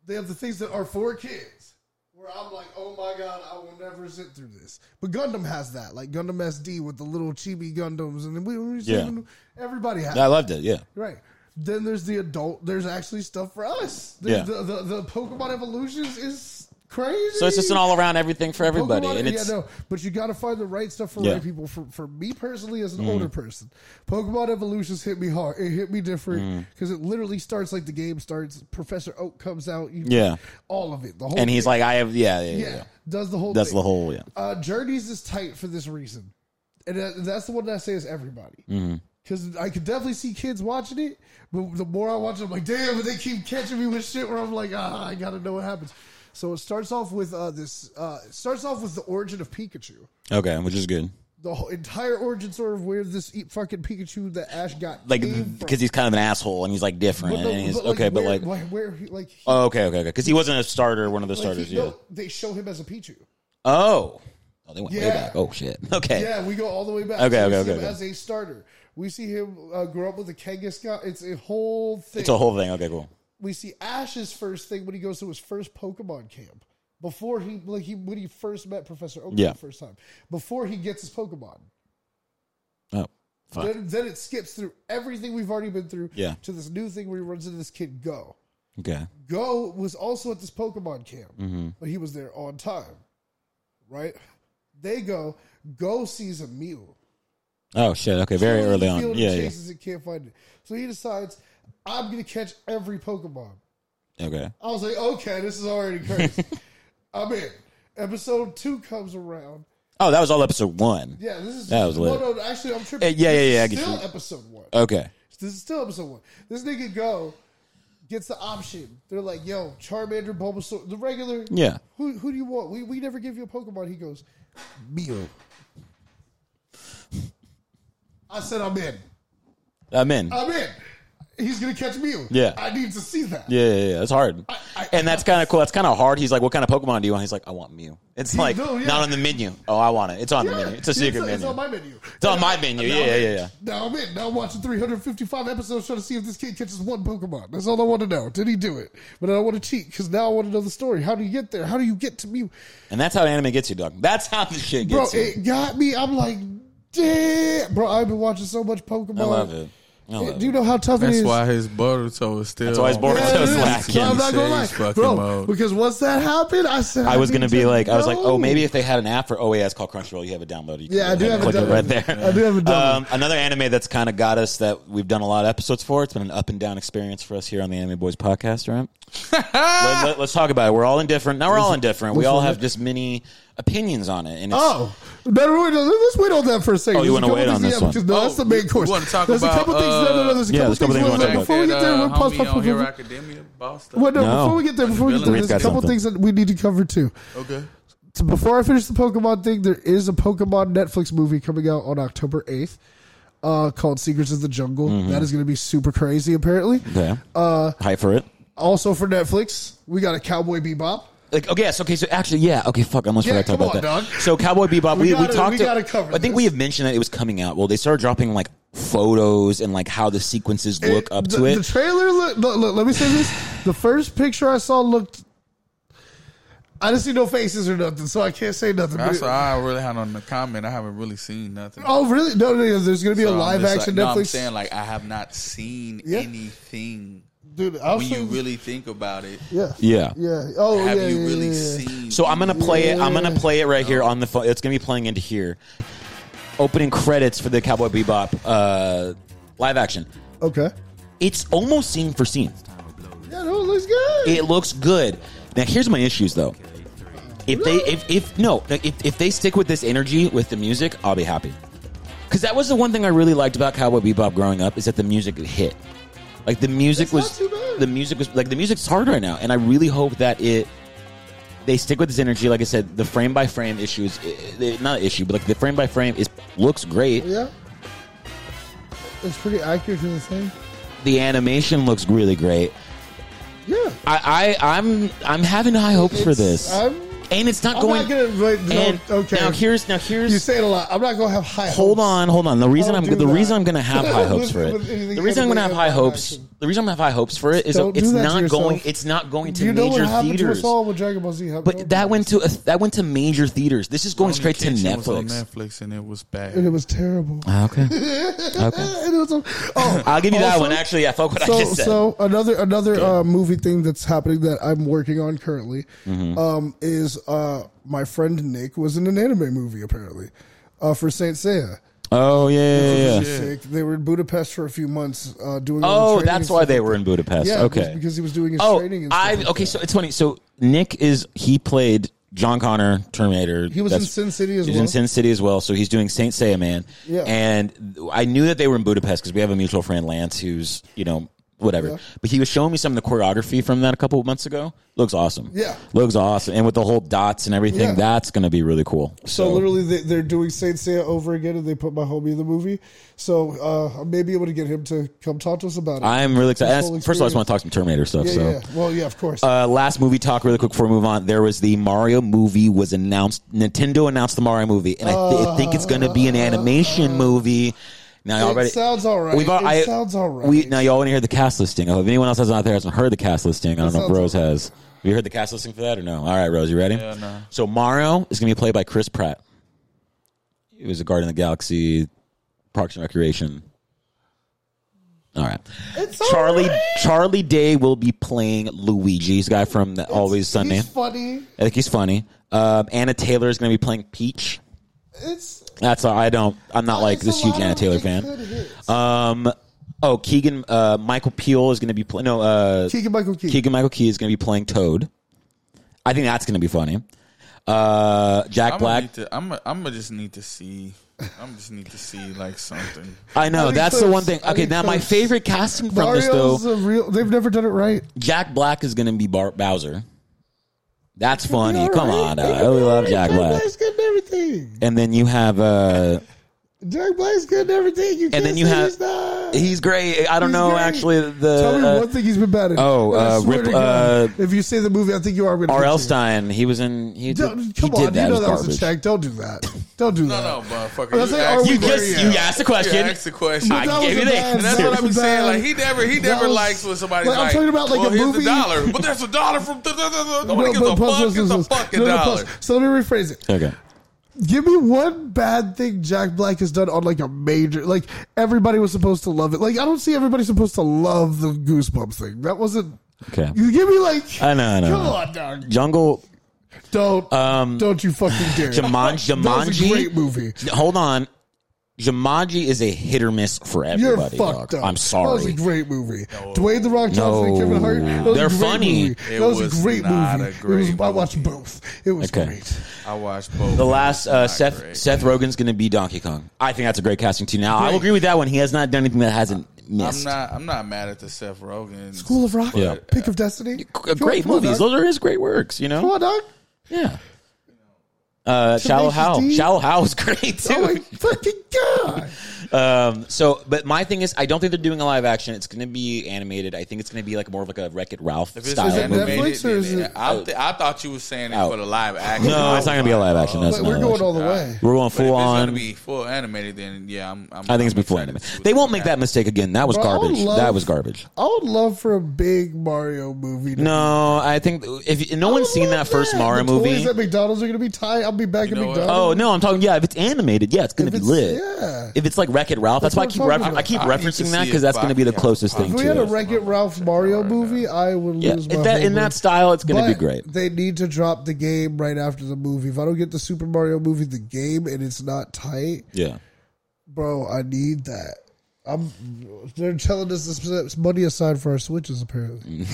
Speaker 2: They have the things that are for kids. Where I'm like, oh my god, I will never sit through this. But Gundam has that, like Gundam SD with the little chibi Gundams, and we, we
Speaker 1: Yeah.
Speaker 2: everybody has.
Speaker 1: I loved it. Yeah.
Speaker 2: Right. Then there's the adult. There's actually stuff for us. The,
Speaker 1: Yeah.
Speaker 2: the, the the Pokemon evolutions is crazy.
Speaker 1: So it's just an all around everything for everybody,
Speaker 2: Pokemon-
Speaker 1: and it's
Speaker 2: yeah, no, but you got to find the right stuff for
Speaker 1: Yeah. Mm.
Speaker 2: right people. For, for me personally, as an older person, Pokemon Evolutions hit me hard. It hit me different
Speaker 1: Mm.
Speaker 2: because it literally starts like the game starts. Professor Oak comes out. You,
Speaker 1: Yeah.
Speaker 2: all of it. The whole
Speaker 1: and he's
Speaker 2: thing.
Speaker 1: like, I have yeah, yeah, yeah.
Speaker 2: yeah, does the whole
Speaker 1: That's
Speaker 2: thing.
Speaker 1: the whole yeah.
Speaker 2: Uh, Journeys is tight for this reason, and uh, that's the one that I say is everybody.
Speaker 1: Mm-hmm.
Speaker 2: Because I could definitely see kids watching it, but the more I watch it, I'm like, damn! But they keep catching me with shit where I'm like, ah, I gotta know what happens. So it starts off with uh, this. Uh, it starts off with the origin of Pikachu.
Speaker 1: Okay, which is good.
Speaker 2: The whole entire origin story of where this e- fucking Pikachu that Ash got
Speaker 1: Like
Speaker 2: came from.
Speaker 1: because he's kind of an asshole and he's like different
Speaker 2: But no,
Speaker 1: and he's
Speaker 2: but,
Speaker 1: okay, but
Speaker 2: where-
Speaker 1: like
Speaker 2: like where he, like he,
Speaker 1: oh, okay, okay, okay, because he wasn't a starter, one of the
Speaker 2: like,
Speaker 1: starters.
Speaker 2: he-
Speaker 1: yeah.
Speaker 2: no, they show him as a Pichu.
Speaker 1: Oh, oh, they went way
Speaker 2: Yeah.
Speaker 1: back. Oh shit. Okay.
Speaker 2: Yeah, we go all the way back.
Speaker 1: Okay,
Speaker 2: So we
Speaker 1: okay,
Speaker 2: see
Speaker 1: okay,
Speaker 2: him
Speaker 1: okay.
Speaker 2: As a starter, we see him uh, grow up with a Kangaskhan. It's a whole thing.
Speaker 1: It's a whole thing. Okay, cool.
Speaker 2: we see Ash's first thing when he goes to his first Pokemon camp. Before he like he when he first met Professor Oak
Speaker 1: Yeah.
Speaker 2: the first time. Before he gets his Pokemon.
Speaker 1: Oh, fuck.
Speaker 2: Then, then it skips through everything we've already been through
Speaker 1: Yeah.
Speaker 2: to this new thing where he runs into this kid Go.
Speaker 1: Okay.
Speaker 2: Go was also at this Pokemon camp,
Speaker 1: Mm-hmm.
Speaker 2: but he was there on time. Right? They go. Go sees a Mew.
Speaker 1: Oh shit. Okay, very
Speaker 2: Goes in
Speaker 1: early
Speaker 2: the
Speaker 1: on.
Speaker 2: field
Speaker 1: Yeah,
Speaker 2: and
Speaker 1: yeah.
Speaker 2: chases it, can't find it. So he decides, I'm gonna catch every Pokemon.
Speaker 1: Okay.
Speaker 2: I was like, okay, this is already crazy. I'm in. Episode two comes around.
Speaker 1: Oh, that was all episode one.
Speaker 2: Yeah, this is
Speaker 1: That was
Speaker 2: no,
Speaker 1: lit.
Speaker 2: no, no, actually, I'm
Speaker 1: Eh,
Speaker 2: tripping.
Speaker 1: yeah, yeah,
Speaker 2: This
Speaker 1: yeah,
Speaker 2: is
Speaker 1: I get
Speaker 2: Still
Speaker 1: you.
Speaker 2: episode one.
Speaker 1: Okay.
Speaker 2: This is still episode one. This nigga go gets the option. They're like, yo, Charmander, Bulbasaur, the regular.
Speaker 1: Yeah.
Speaker 2: Who who do you want? We we never give you a Pokemon. He goes, Mew. I said, I'm in.
Speaker 1: I'm in.
Speaker 2: I'm in. He's gonna catch Mew.
Speaker 1: Yeah.
Speaker 2: I need to see that.
Speaker 1: Yeah, yeah, yeah. That's hard.
Speaker 2: I-
Speaker 1: and that's kind of cool. That's kind of hard. He's like, "What kind of Pokemon do you want?" He's like, "I want Mew." It's like
Speaker 2: no, yeah.
Speaker 1: not on the menu. Oh, I want it. It's on
Speaker 2: Yeah.
Speaker 1: the menu. It's a secret
Speaker 2: it's,
Speaker 1: menu.
Speaker 2: It's on my menu.
Speaker 1: It's on my menu.
Speaker 2: Now
Speaker 1: Yeah,
Speaker 2: I'm in.
Speaker 1: yeah, yeah.
Speaker 2: Now I'm in. Now I'm watching 355 episodes trying to see if this kid catches one Pokemon. That's all I want to know. Did he do it? But I don't want to cheat because now I want to know the story. How do you get there? How do you get to Mew?
Speaker 1: and that's how anime gets you, dog. That's how the shit
Speaker 2: Bro,
Speaker 1: gets you.
Speaker 2: it got me. I'm like, damn. Bro, I've been watching so much Pokemon.
Speaker 1: I love it. I love
Speaker 2: Do
Speaker 1: it.
Speaker 2: you know how tough it
Speaker 3: That's
Speaker 2: is?
Speaker 3: why his Boruto is still. That's
Speaker 1: why his Boruto-
Speaker 2: Yeah,
Speaker 1: So
Speaker 2: it is.
Speaker 1: slacking.
Speaker 2: I'm not gonna lie,
Speaker 3: Change fucking
Speaker 2: bro.
Speaker 3: mode.
Speaker 2: Because once that happened, I said
Speaker 1: I was gonna
Speaker 2: need
Speaker 1: be
Speaker 2: to
Speaker 1: like, I was like,
Speaker 2: know.
Speaker 1: oh, maybe if they had an app for oh yeah, it's called Crunchyroll. You have it downloaded. You can
Speaker 2: Yeah, I
Speaker 1: go
Speaker 2: do
Speaker 1: ahead
Speaker 2: have it
Speaker 1: and click
Speaker 2: downloaded.
Speaker 1: it right there.
Speaker 2: I do have it downloaded.
Speaker 1: Um, another anime that's kind of got us that we've done a lot of episodes for. It's been an up and down experience for us here on the Anime Boys podcast, right? let, us talk about it. We're all indifferent. Now we're all indifferent. We all have just many opinions on it, and it's,
Speaker 2: Oh, better wait. on- Let's wait on that for a second.
Speaker 1: Oh, you
Speaker 2: There's
Speaker 1: wanna
Speaker 2: a couple
Speaker 1: wait on
Speaker 2: things-
Speaker 1: this
Speaker 2: yeah,
Speaker 1: one?
Speaker 2: because No, that's
Speaker 3: Oh,
Speaker 2: the main
Speaker 3: you
Speaker 2: course.
Speaker 3: wanna talk
Speaker 2: there's a
Speaker 3: about,
Speaker 2: couple things. No, no, no. There's a
Speaker 1: yeah,
Speaker 2: couple
Speaker 1: there's a couple things
Speaker 2: things.
Speaker 1: we
Speaker 2: wanna-
Speaker 1: wanna talk
Speaker 2: before we get there, we'll pause. pause, pause,
Speaker 3: Hero
Speaker 2: pause.
Speaker 3: Academia, bossed
Speaker 2: Wait,
Speaker 3: up.
Speaker 2: no,
Speaker 1: No.
Speaker 2: Before we get there, before we get there,
Speaker 1: Reed's
Speaker 2: there's a
Speaker 1: got
Speaker 2: couple things that we need to cover too.
Speaker 3: Okay.
Speaker 2: So before I finish the Pokemon thing, there is a Pokemon Netflix movie coming out on October eighth. Uh, called Secrets of the Jungle.
Speaker 1: Mm-hmm.
Speaker 2: That is going to be super crazy, apparently.
Speaker 1: okay. Uh, hype for it.
Speaker 2: Also for Netflix, we got a Cowboy Bebop.
Speaker 1: Like okay, yes, okay. So actually, yeah, okay. Fuck, I almost
Speaker 2: Yeah,
Speaker 1: forgot to talk
Speaker 2: come
Speaker 1: about
Speaker 2: on,
Speaker 1: that.
Speaker 2: dog.
Speaker 1: So Cowboy Bebop, we, we,
Speaker 2: We gotta-
Speaker 1: talked.
Speaker 2: we
Speaker 1: to-
Speaker 2: gotta cover
Speaker 1: I think
Speaker 2: this.
Speaker 1: we have mentioned that it was coming out. Well, they started dropping like photos and like how the sequences look up
Speaker 2: the,
Speaker 1: to it.
Speaker 2: The trailer look. Look, look, let me say this: the first picture I saw looked. I didn't see no faces or nothing, so I can't say nothing. but
Speaker 3: That's
Speaker 2: it-
Speaker 3: why I really had on the comment. I haven't really seen nothing.
Speaker 2: oh, really? No, no, no, There's gonna be
Speaker 3: So
Speaker 2: a
Speaker 3: I'm
Speaker 2: live
Speaker 3: just
Speaker 2: action
Speaker 3: like, No, I'm
Speaker 2: Netflix.
Speaker 3: saying like I have not seen
Speaker 2: Yeah.
Speaker 3: anything.
Speaker 2: dude, I'll
Speaker 3: When you
Speaker 2: show-
Speaker 3: really think about it,
Speaker 2: yeah,
Speaker 1: yeah.
Speaker 2: yeah. Oh,
Speaker 3: have
Speaker 2: yeah,
Speaker 3: you
Speaker 2: yeah,
Speaker 3: really
Speaker 2: yeah, yeah.
Speaker 3: seen?
Speaker 1: So I'm gonna play it. I'm gonna play it right here on the phone. It's gonna be playing into here. Opening credits for the Cowboy Bebop uh, live action.
Speaker 2: Okay.
Speaker 1: It's almost scene for scene.
Speaker 2: Yeah, no, it looks good.
Speaker 1: It looks good. Now here's my issues though. If they if, if no if, if they stick with this energy with the music, I'll be happy. Because that was the one thing I really liked about Cowboy Bebop growing up is that the music hit. Like the music
Speaker 2: It's not
Speaker 1: was
Speaker 2: too bad.
Speaker 1: the music was like the music's hard right now, and I really hope that it they stick with this energy. Like I said, the frame by frame issues eh, eh, not an issue, but like the frame by frame is looks great.
Speaker 2: yeah, it's pretty accurate to the thing.
Speaker 1: The animation looks really great.
Speaker 2: Yeah,
Speaker 1: I, I I'm I'm having high hopes for
Speaker 2: It's-
Speaker 1: this.
Speaker 2: I'm
Speaker 1: and it's not
Speaker 2: I'm
Speaker 1: going.
Speaker 2: not gonna invite.
Speaker 1: and
Speaker 2: No, okay.
Speaker 1: Now here's now here's
Speaker 2: you say it a lot. I'm not gonna have high.
Speaker 1: hold
Speaker 2: hopes.
Speaker 1: on, hold on. The reason I'm
Speaker 2: Don't do
Speaker 1: the reason
Speaker 2: that.
Speaker 1: I'm gonna have high hopes for it.
Speaker 2: With anything
Speaker 1: The reason I'm gonna have
Speaker 2: that
Speaker 1: high
Speaker 2: brings
Speaker 1: hopes.
Speaker 2: up
Speaker 1: The reason I'm gonna have high hopes for it is
Speaker 2: Don't
Speaker 1: it's
Speaker 2: do that to
Speaker 1: not
Speaker 2: yourself.
Speaker 1: going. It's not going to
Speaker 2: You know what
Speaker 1: major
Speaker 2: happened to
Speaker 1: theaters.
Speaker 2: us all with Dragon Ball Z? How
Speaker 1: But that went to a, that went to major theaters. This is going straight to
Speaker 3: Kitchen was on
Speaker 1: Netflix.
Speaker 3: Netflix and it was
Speaker 2: and
Speaker 3: bad.
Speaker 2: it was terrible.
Speaker 1: Ah, Okay, okay.
Speaker 2: and it was a, oh,
Speaker 1: I'll give you that
Speaker 2: also-
Speaker 1: one. Actually, I fuck what
Speaker 2: so,
Speaker 1: I just said.
Speaker 2: So another another uh, movie thing that's happening that I'm working on currently
Speaker 1: Mm-hmm.
Speaker 2: um, is uh, my friend Nick was in an anime movie apparently uh, for Saint Seiya.
Speaker 1: oh yeah, yeah, yeah.
Speaker 2: Sick. They were in Budapest for a few months uh, doing. all the
Speaker 1: Oh,
Speaker 2: training
Speaker 1: that's
Speaker 2: and
Speaker 1: why
Speaker 2: stuff
Speaker 1: they
Speaker 2: like
Speaker 1: were in Budapest.
Speaker 2: that. Yeah, it was
Speaker 1: okay.
Speaker 2: because he was doing his
Speaker 1: Oh,
Speaker 2: training. And stuff
Speaker 1: I
Speaker 2: like
Speaker 1: okay.
Speaker 2: that.
Speaker 1: So it's funny. So Nick is he played John Connor, Terminator.
Speaker 2: he was in
Speaker 1: That's-
Speaker 2: Sin City as
Speaker 1: He was
Speaker 2: well.
Speaker 1: in Sin City as well, so he's doing Saint Seiya Man.
Speaker 2: Yeah.
Speaker 1: And I knew that they were in Budapest because we have a mutual friend, Lance, who's you know whatever. But he was showing me some of the choreography from that a couple of months ago. Looks awesome.
Speaker 2: Yeah.
Speaker 1: looks awesome. And with the whole dots and everything,
Speaker 2: Yeah.
Speaker 1: that's going to be really cool.
Speaker 2: So literally, they, they're doing Saint Seiya over again, and they put my homie in the movie. So uh, I may be able to get him to come talk to us about it.
Speaker 1: I'm really excited.
Speaker 2: whole
Speaker 1: That's- First of all, I just want to talk some Terminator stuff.
Speaker 2: yeah,
Speaker 1: so.
Speaker 2: yeah. Well, yeah, of course.
Speaker 1: Uh, last movie talk, really quick before we move on. There was the Mario movie was announced. Nintendo announced the Mario movie, and I, th- I think it's going to be an animation movie. Now,
Speaker 2: Uh. It
Speaker 1: already
Speaker 2: sounds all right.
Speaker 1: We've al-
Speaker 2: It
Speaker 1: I-
Speaker 2: sounds all right.
Speaker 1: We, now y'all want to hear the cast listing. I hope anyone else has out there hasn't heard the cast listing. I don't know if
Speaker 2: sounds
Speaker 1: Rose has. Have you heard the cast listing for that or no? All right, Rose, you ready?
Speaker 3: Yeah, no.
Speaker 1: So Mario is going to be played by Chris Pratt. He was a Guardian of the Galaxy, Parks and Recreation. All right.
Speaker 2: It's
Speaker 1: Charlie
Speaker 2: alright.
Speaker 1: Charlie Day will be playing Luigi. He's the guy from the Always Sunday.
Speaker 2: He's funny.
Speaker 1: I think he's funny. Um, Anna Taylor is going to be playing Peach.
Speaker 2: It's
Speaker 1: That's all. I don't. I'm not like
Speaker 2: it's
Speaker 1: this
Speaker 2: a
Speaker 1: huge
Speaker 2: lot
Speaker 1: Anna
Speaker 2: of
Speaker 1: Taylor
Speaker 2: really
Speaker 1: fan.
Speaker 2: good hits.
Speaker 1: Um, oh, Keegan uh, Michael Peel is going to be playing. No, uh,
Speaker 2: Keegan Michael Key.
Speaker 1: Keegan Michael Key is going to be playing Toad. I think that's going to be funny. Uh, Jack
Speaker 3: I'm gonna,
Speaker 1: Black.
Speaker 3: need to, I'm, gonna, I'm gonna just need to see. I'm just need to see like something.
Speaker 1: I know
Speaker 2: think
Speaker 1: that's the
Speaker 2: Toad's-
Speaker 1: one thing.
Speaker 2: I
Speaker 1: Okay,
Speaker 2: think
Speaker 1: now my
Speaker 2: Toad's-
Speaker 1: favorite casting from this though.
Speaker 2: Mario's a real. They've never done it right.
Speaker 1: Jack Black is going to be Bart Bowser. That's funny. Come
Speaker 2: All right.
Speaker 1: on,
Speaker 2: They
Speaker 1: uh,
Speaker 2: can
Speaker 1: I really
Speaker 2: do
Speaker 1: love
Speaker 2: it.
Speaker 1: Jack Black.
Speaker 2: Black's good in everything.
Speaker 1: And then you have uh
Speaker 2: Jack Black's good in everything. You can't
Speaker 1: then you
Speaker 2: say
Speaker 1: have-
Speaker 2: he's not.
Speaker 1: he's great. I don't
Speaker 2: He's
Speaker 1: know
Speaker 2: great.
Speaker 1: actually
Speaker 2: Tell me
Speaker 1: the uh,
Speaker 2: one thing he's been bad at.
Speaker 1: oh,
Speaker 2: And I
Speaker 1: uh,
Speaker 2: swear
Speaker 1: Rip-
Speaker 2: to God,
Speaker 1: uh,
Speaker 2: if you say the movie, I think you are going to.
Speaker 1: uh, R.L. Stein. He was in he did,
Speaker 2: Don't,
Speaker 1: he
Speaker 2: come
Speaker 1: did that.
Speaker 2: on, you
Speaker 1: It
Speaker 2: know
Speaker 1: was
Speaker 2: that was a
Speaker 1: garbage.
Speaker 2: check. Don't do that. Don't do that.
Speaker 3: No, no, motherfucker.
Speaker 2: That's
Speaker 3: you
Speaker 2: like, are
Speaker 3: asked
Speaker 2: we
Speaker 1: You
Speaker 3: the
Speaker 2: there
Speaker 1: just
Speaker 2: yet?
Speaker 1: you asked the question.
Speaker 3: You asked the question.
Speaker 1: I
Speaker 2: that was
Speaker 1: gave you
Speaker 2: a
Speaker 1: the
Speaker 2: bad-
Speaker 1: answer.
Speaker 3: And that's what I be
Speaker 2: was
Speaker 3: saying.
Speaker 2: bad.
Speaker 3: Like he never, he
Speaker 2: That
Speaker 3: never
Speaker 2: was-
Speaker 3: likes when somebody's
Speaker 2: Like,
Speaker 3: like,
Speaker 2: I'm talking about, like,
Speaker 3: well,
Speaker 2: a
Speaker 3: here's
Speaker 2: movie-
Speaker 3: the dollar, but that's a dollar from da, da, da, da.
Speaker 2: No,
Speaker 3: nobody gives
Speaker 2: but
Speaker 3: a
Speaker 2: plus,
Speaker 3: fuck.
Speaker 2: plus,
Speaker 3: It's a
Speaker 2: plus, plus.
Speaker 3: fucking
Speaker 2: No, no,
Speaker 3: dollar.
Speaker 2: plus. So let me rephrase it.
Speaker 1: Okay.
Speaker 2: Give me one bad thing Jack Black has done on like a major. Like everybody was supposed to love it. Like I don't see everybody supposed to love the Goosebumps thing. That wasn't.
Speaker 1: Okay.
Speaker 2: You Give me like.
Speaker 1: I know, I know,
Speaker 2: Come
Speaker 1: I know.
Speaker 2: on, dog.
Speaker 1: Jungle
Speaker 2: Don't.
Speaker 1: Um,
Speaker 2: don't you fucking dare.
Speaker 1: Juman-
Speaker 2: That was a
Speaker 1: Jumanji?
Speaker 2: great movie.
Speaker 1: Hold on. Jumanji is a hit or miss for
Speaker 2: You're
Speaker 1: everybody.
Speaker 2: fucked
Speaker 1: dog.
Speaker 2: up.
Speaker 1: I'm
Speaker 2: That was a
Speaker 1: sorry.
Speaker 2: great movie. Dwayne the Rock Johnson and
Speaker 1: No.
Speaker 2: Kevin Hart. That was a
Speaker 1: They're
Speaker 2: great
Speaker 1: funny.
Speaker 2: Movie.
Speaker 3: It
Speaker 2: That was,
Speaker 3: was
Speaker 2: a great
Speaker 3: not
Speaker 2: movie.
Speaker 3: a great
Speaker 2: it was, I watched
Speaker 3: movie.
Speaker 2: both. It was
Speaker 1: Okay.
Speaker 2: great.
Speaker 3: I watched both.
Speaker 1: The last uh,
Speaker 3: Not
Speaker 1: Seth
Speaker 3: great.
Speaker 1: Seth Rogen's going to be Donkey Kong. I think that's a great casting too. Now I will agree with that one. He has not done anything that hasn't
Speaker 3: I'm
Speaker 1: missed.
Speaker 3: not. I'm not mad at the Seth Rogen.
Speaker 2: School of Rock.
Speaker 1: Yeah.
Speaker 2: Pick of Destiny.
Speaker 1: G- great
Speaker 2: Come on,
Speaker 1: movies.
Speaker 2: dog.
Speaker 1: Those are his great works. You
Speaker 2: Come
Speaker 1: know.
Speaker 2: on, dog.
Speaker 1: Yeah. Uh, Shallow
Speaker 2: Tenacious
Speaker 1: How.
Speaker 2: D.
Speaker 1: Shallow How is great
Speaker 2: Oh my
Speaker 1: too.
Speaker 2: fucking god!
Speaker 1: um, so, but my thing is, I don't think they're doing a live action. It's going to be animated. I think it's going to be like more of like a Wreck It Ralph
Speaker 3: If it's
Speaker 1: style
Speaker 2: it
Speaker 1: movie.
Speaker 2: Netflix? or is it-
Speaker 3: I, th- I thought you were saying it
Speaker 1: Out.
Speaker 3: for the live action.
Speaker 1: No, it's not going to be a live action. That's
Speaker 2: But
Speaker 1: not
Speaker 2: we're
Speaker 1: live
Speaker 2: going
Speaker 1: action.
Speaker 2: all the way.
Speaker 1: We're going
Speaker 3: But if
Speaker 1: full
Speaker 3: it's
Speaker 1: on.
Speaker 3: gonna be full animated, then yeah, I'm. I'm
Speaker 1: I think it's
Speaker 3: I'm
Speaker 1: before
Speaker 3: excited
Speaker 1: anime.
Speaker 3: to see what's
Speaker 1: They won't
Speaker 3: gonna
Speaker 1: make that mistake again. That was
Speaker 2: Bro, I would
Speaker 1: garbage.
Speaker 2: love-
Speaker 1: that was garbage.
Speaker 2: I would love for a big Mario movie. To Oh,
Speaker 1: No, I think if no one's seen that first Mario
Speaker 2: the
Speaker 1: movie.
Speaker 2: Toys at McDonald's are going to be tight. I'll be back
Speaker 3: You
Speaker 2: at
Speaker 3: know what?
Speaker 2: McDonald's.
Speaker 1: Oh no, I'm talking. Yeah, if it's animated, yeah, it's gonna
Speaker 2: If
Speaker 1: Oh, be
Speaker 2: it's-
Speaker 1: lit.
Speaker 2: yeah.
Speaker 1: If it's like Wreck It Ralph, that's,
Speaker 2: That's
Speaker 1: why I
Speaker 2: what I'm
Speaker 1: keep
Speaker 2: talking
Speaker 1: ref- I
Speaker 2: about.
Speaker 1: keep
Speaker 3: I need to
Speaker 1: referencing that
Speaker 3: see
Speaker 1: because
Speaker 3: it
Speaker 1: that's gonna be the
Speaker 3: back.
Speaker 1: closest thing
Speaker 2: If we
Speaker 1: to
Speaker 2: had a
Speaker 1: it.
Speaker 2: Wreck It Ralph Mario movie, I would
Speaker 1: Yeah,
Speaker 2: lose my
Speaker 1: if that,
Speaker 2: whole
Speaker 1: in that style, it's gonna be
Speaker 2: But
Speaker 1: great.
Speaker 2: They need to drop the game right after the movie. If I don't get the Super Mario movie, the game, and it's not tight,
Speaker 1: Yeah.
Speaker 2: bro, I need that. I'm. They're telling us to set money aside for our switches.
Speaker 1: Mm.
Speaker 2: Apparently,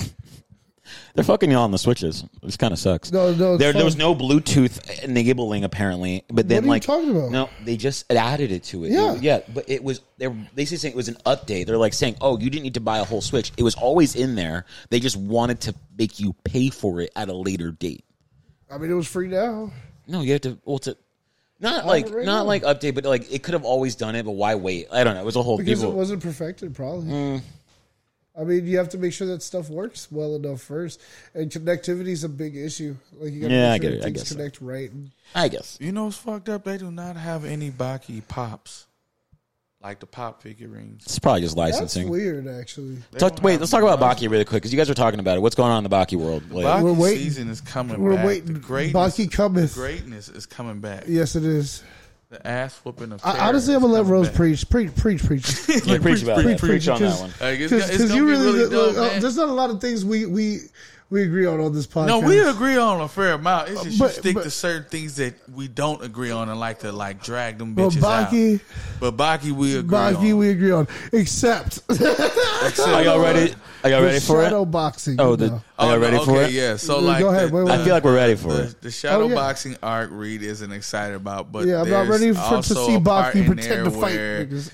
Speaker 1: They're fucking y'all on the switches. This kind of sucks.
Speaker 2: No, no, it's
Speaker 1: There, there
Speaker 2: fine.
Speaker 1: was no Bluetooth enabling apparently, but then
Speaker 2: are you
Speaker 1: like
Speaker 2: talking about?
Speaker 1: no, they just added it to it.
Speaker 2: Yeah.
Speaker 1: It- yeah. But it was they're basically saying it was an update. They're like saying, oh, you didn't need to buy a whole switch. It was always in there. They just wanted to make you pay for it at a later date.
Speaker 2: I mean, it was free now.
Speaker 1: No, you have to. Well, to not like
Speaker 2: right
Speaker 1: not
Speaker 2: now.
Speaker 1: like update, but like it could have always done it. But why wait? I don't know. It was a whole
Speaker 2: Because
Speaker 1: people. Mm.
Speaker 2: it wasn't perfected, probably. I I mean, you have to make sure that stuff works well enough first, and connectivity is a big issue. Like you got to
Speaker 1: Yeah, I
Speaker 2: make sure
Speaker 1: get it.
Speaker 2: that
Speaker 1: I
Speaker 2: things
Speaker 1: guess so.
Speaker 2: connect right.
Speaker 1: I guess.
Speaker 3: You know what's fucked up? They do not have any Baki pops, like the pop figurines.
Speaker 1: It's probably just
Speaker 2: That's
Speaker 1: licensing.
Speaker 2: weird, actually.
Speaker 3: They
Speaker 1: Talk,
Speaker 3: don't
Speaker 1: wait,
Speaker 3: have
Speaker 1: let's talk about
Speaker 3: Baki.
Speaker 1: Baki really quick because you guys were talking about it. What's going on in the Baki world? Like,
Speaker 3: Baki
Speaker 2: We're waiting.
Speaker 3: season is coming
Speaker 2: We're
Speaker 3: back.
Speaker 2: waiting.
Speaker 3: The greatness,
Speaker 2: Baki cometh.
Speaker 3: The greatness is coming back.
Speaker 2: Yes, it is.
Speaker 3: The ass whooping of terror
Speaker 2: I, honestly, I'm
Speaker 3: is
Speaker 2: gonna let
Speaker 3: coming
Speaker 2: Rose
Speaker 3: back.
Speaker 2: preach, preach, preach, preach.
Speaker 1: yeah, preach about
Speaker 2: preach,
Speaker 1: it. Preach
Speaker 2: preach,
Speaker 1: on that
Speaker 2: just-
Speaker 1: one.
Speaker 3: Like, it's, it's
Speaker 2: Because
Speaker 3: gonna
Speaker 2: you
Speaker 3: be
Speaker 2: really,
Speaker 3: really
Speaker 2: look,
Speaker 3: dope,
Speaker 2: uh,
Speaker 3: man.
Speaker 2: there's not a lot of things we we we agree on on this podcast.
Speaker 3: No, we agree on a fair amount. It's just
Speaker 2: But-
Speaker 3: you stick
Speaker 2: but-
Speaker 3: to certain things that we don't agree on and like to like drag them
Speaker 2: But
Speaker 3: bitches
Speaker 2: Baki-
Speaker 3: out. But Baki, we agree
Speaker 2: Baki,
Speaker 3: on.
Speaker 2: we agree on, except
Speaker 1: Are y'all ready? Are y'all
Speaker 2: the
Speaker 1: ready for
Speaker 2: shadow
Speaker 1: it?
Speaker 2: boxing.
Speaker 1: Oh,
Speaker 2: you
Speaker 1: the,
Speaker 2: know.
Speaker 1: are y'all
Speaker 3: no,
Speaker 1: ready
Speaker 3: okay,
Speaker 1: for it?
Speaker 3: Yeah. So
Speaker 2: Go
Speaker 3: like,
Speaker 2: ahead,
Speaker 3: the,
Speaker 2: wait, wait.
Speaker 3: the-
Speaker 1: I feel like we're ready for
Speaker 3: the,
Speaker 1: it.
Speaker 3: the shadow
Speaker 2: yeah.
Speaker 3: boxing arc Reed isn't excited about, but
Speaker 2: yeah, I'm not
Speaker 3: there's
Speaker 2: ready for, to
Speaker 3: also
Speaker 2: see
Speaker 3: a part
Speaker 2: Baki
Speaker 3: in
Speaker 2: pretend
Speaker 3: there
Speaker 2: to fight.
Speaker 3: where
Speaker 2: niggas.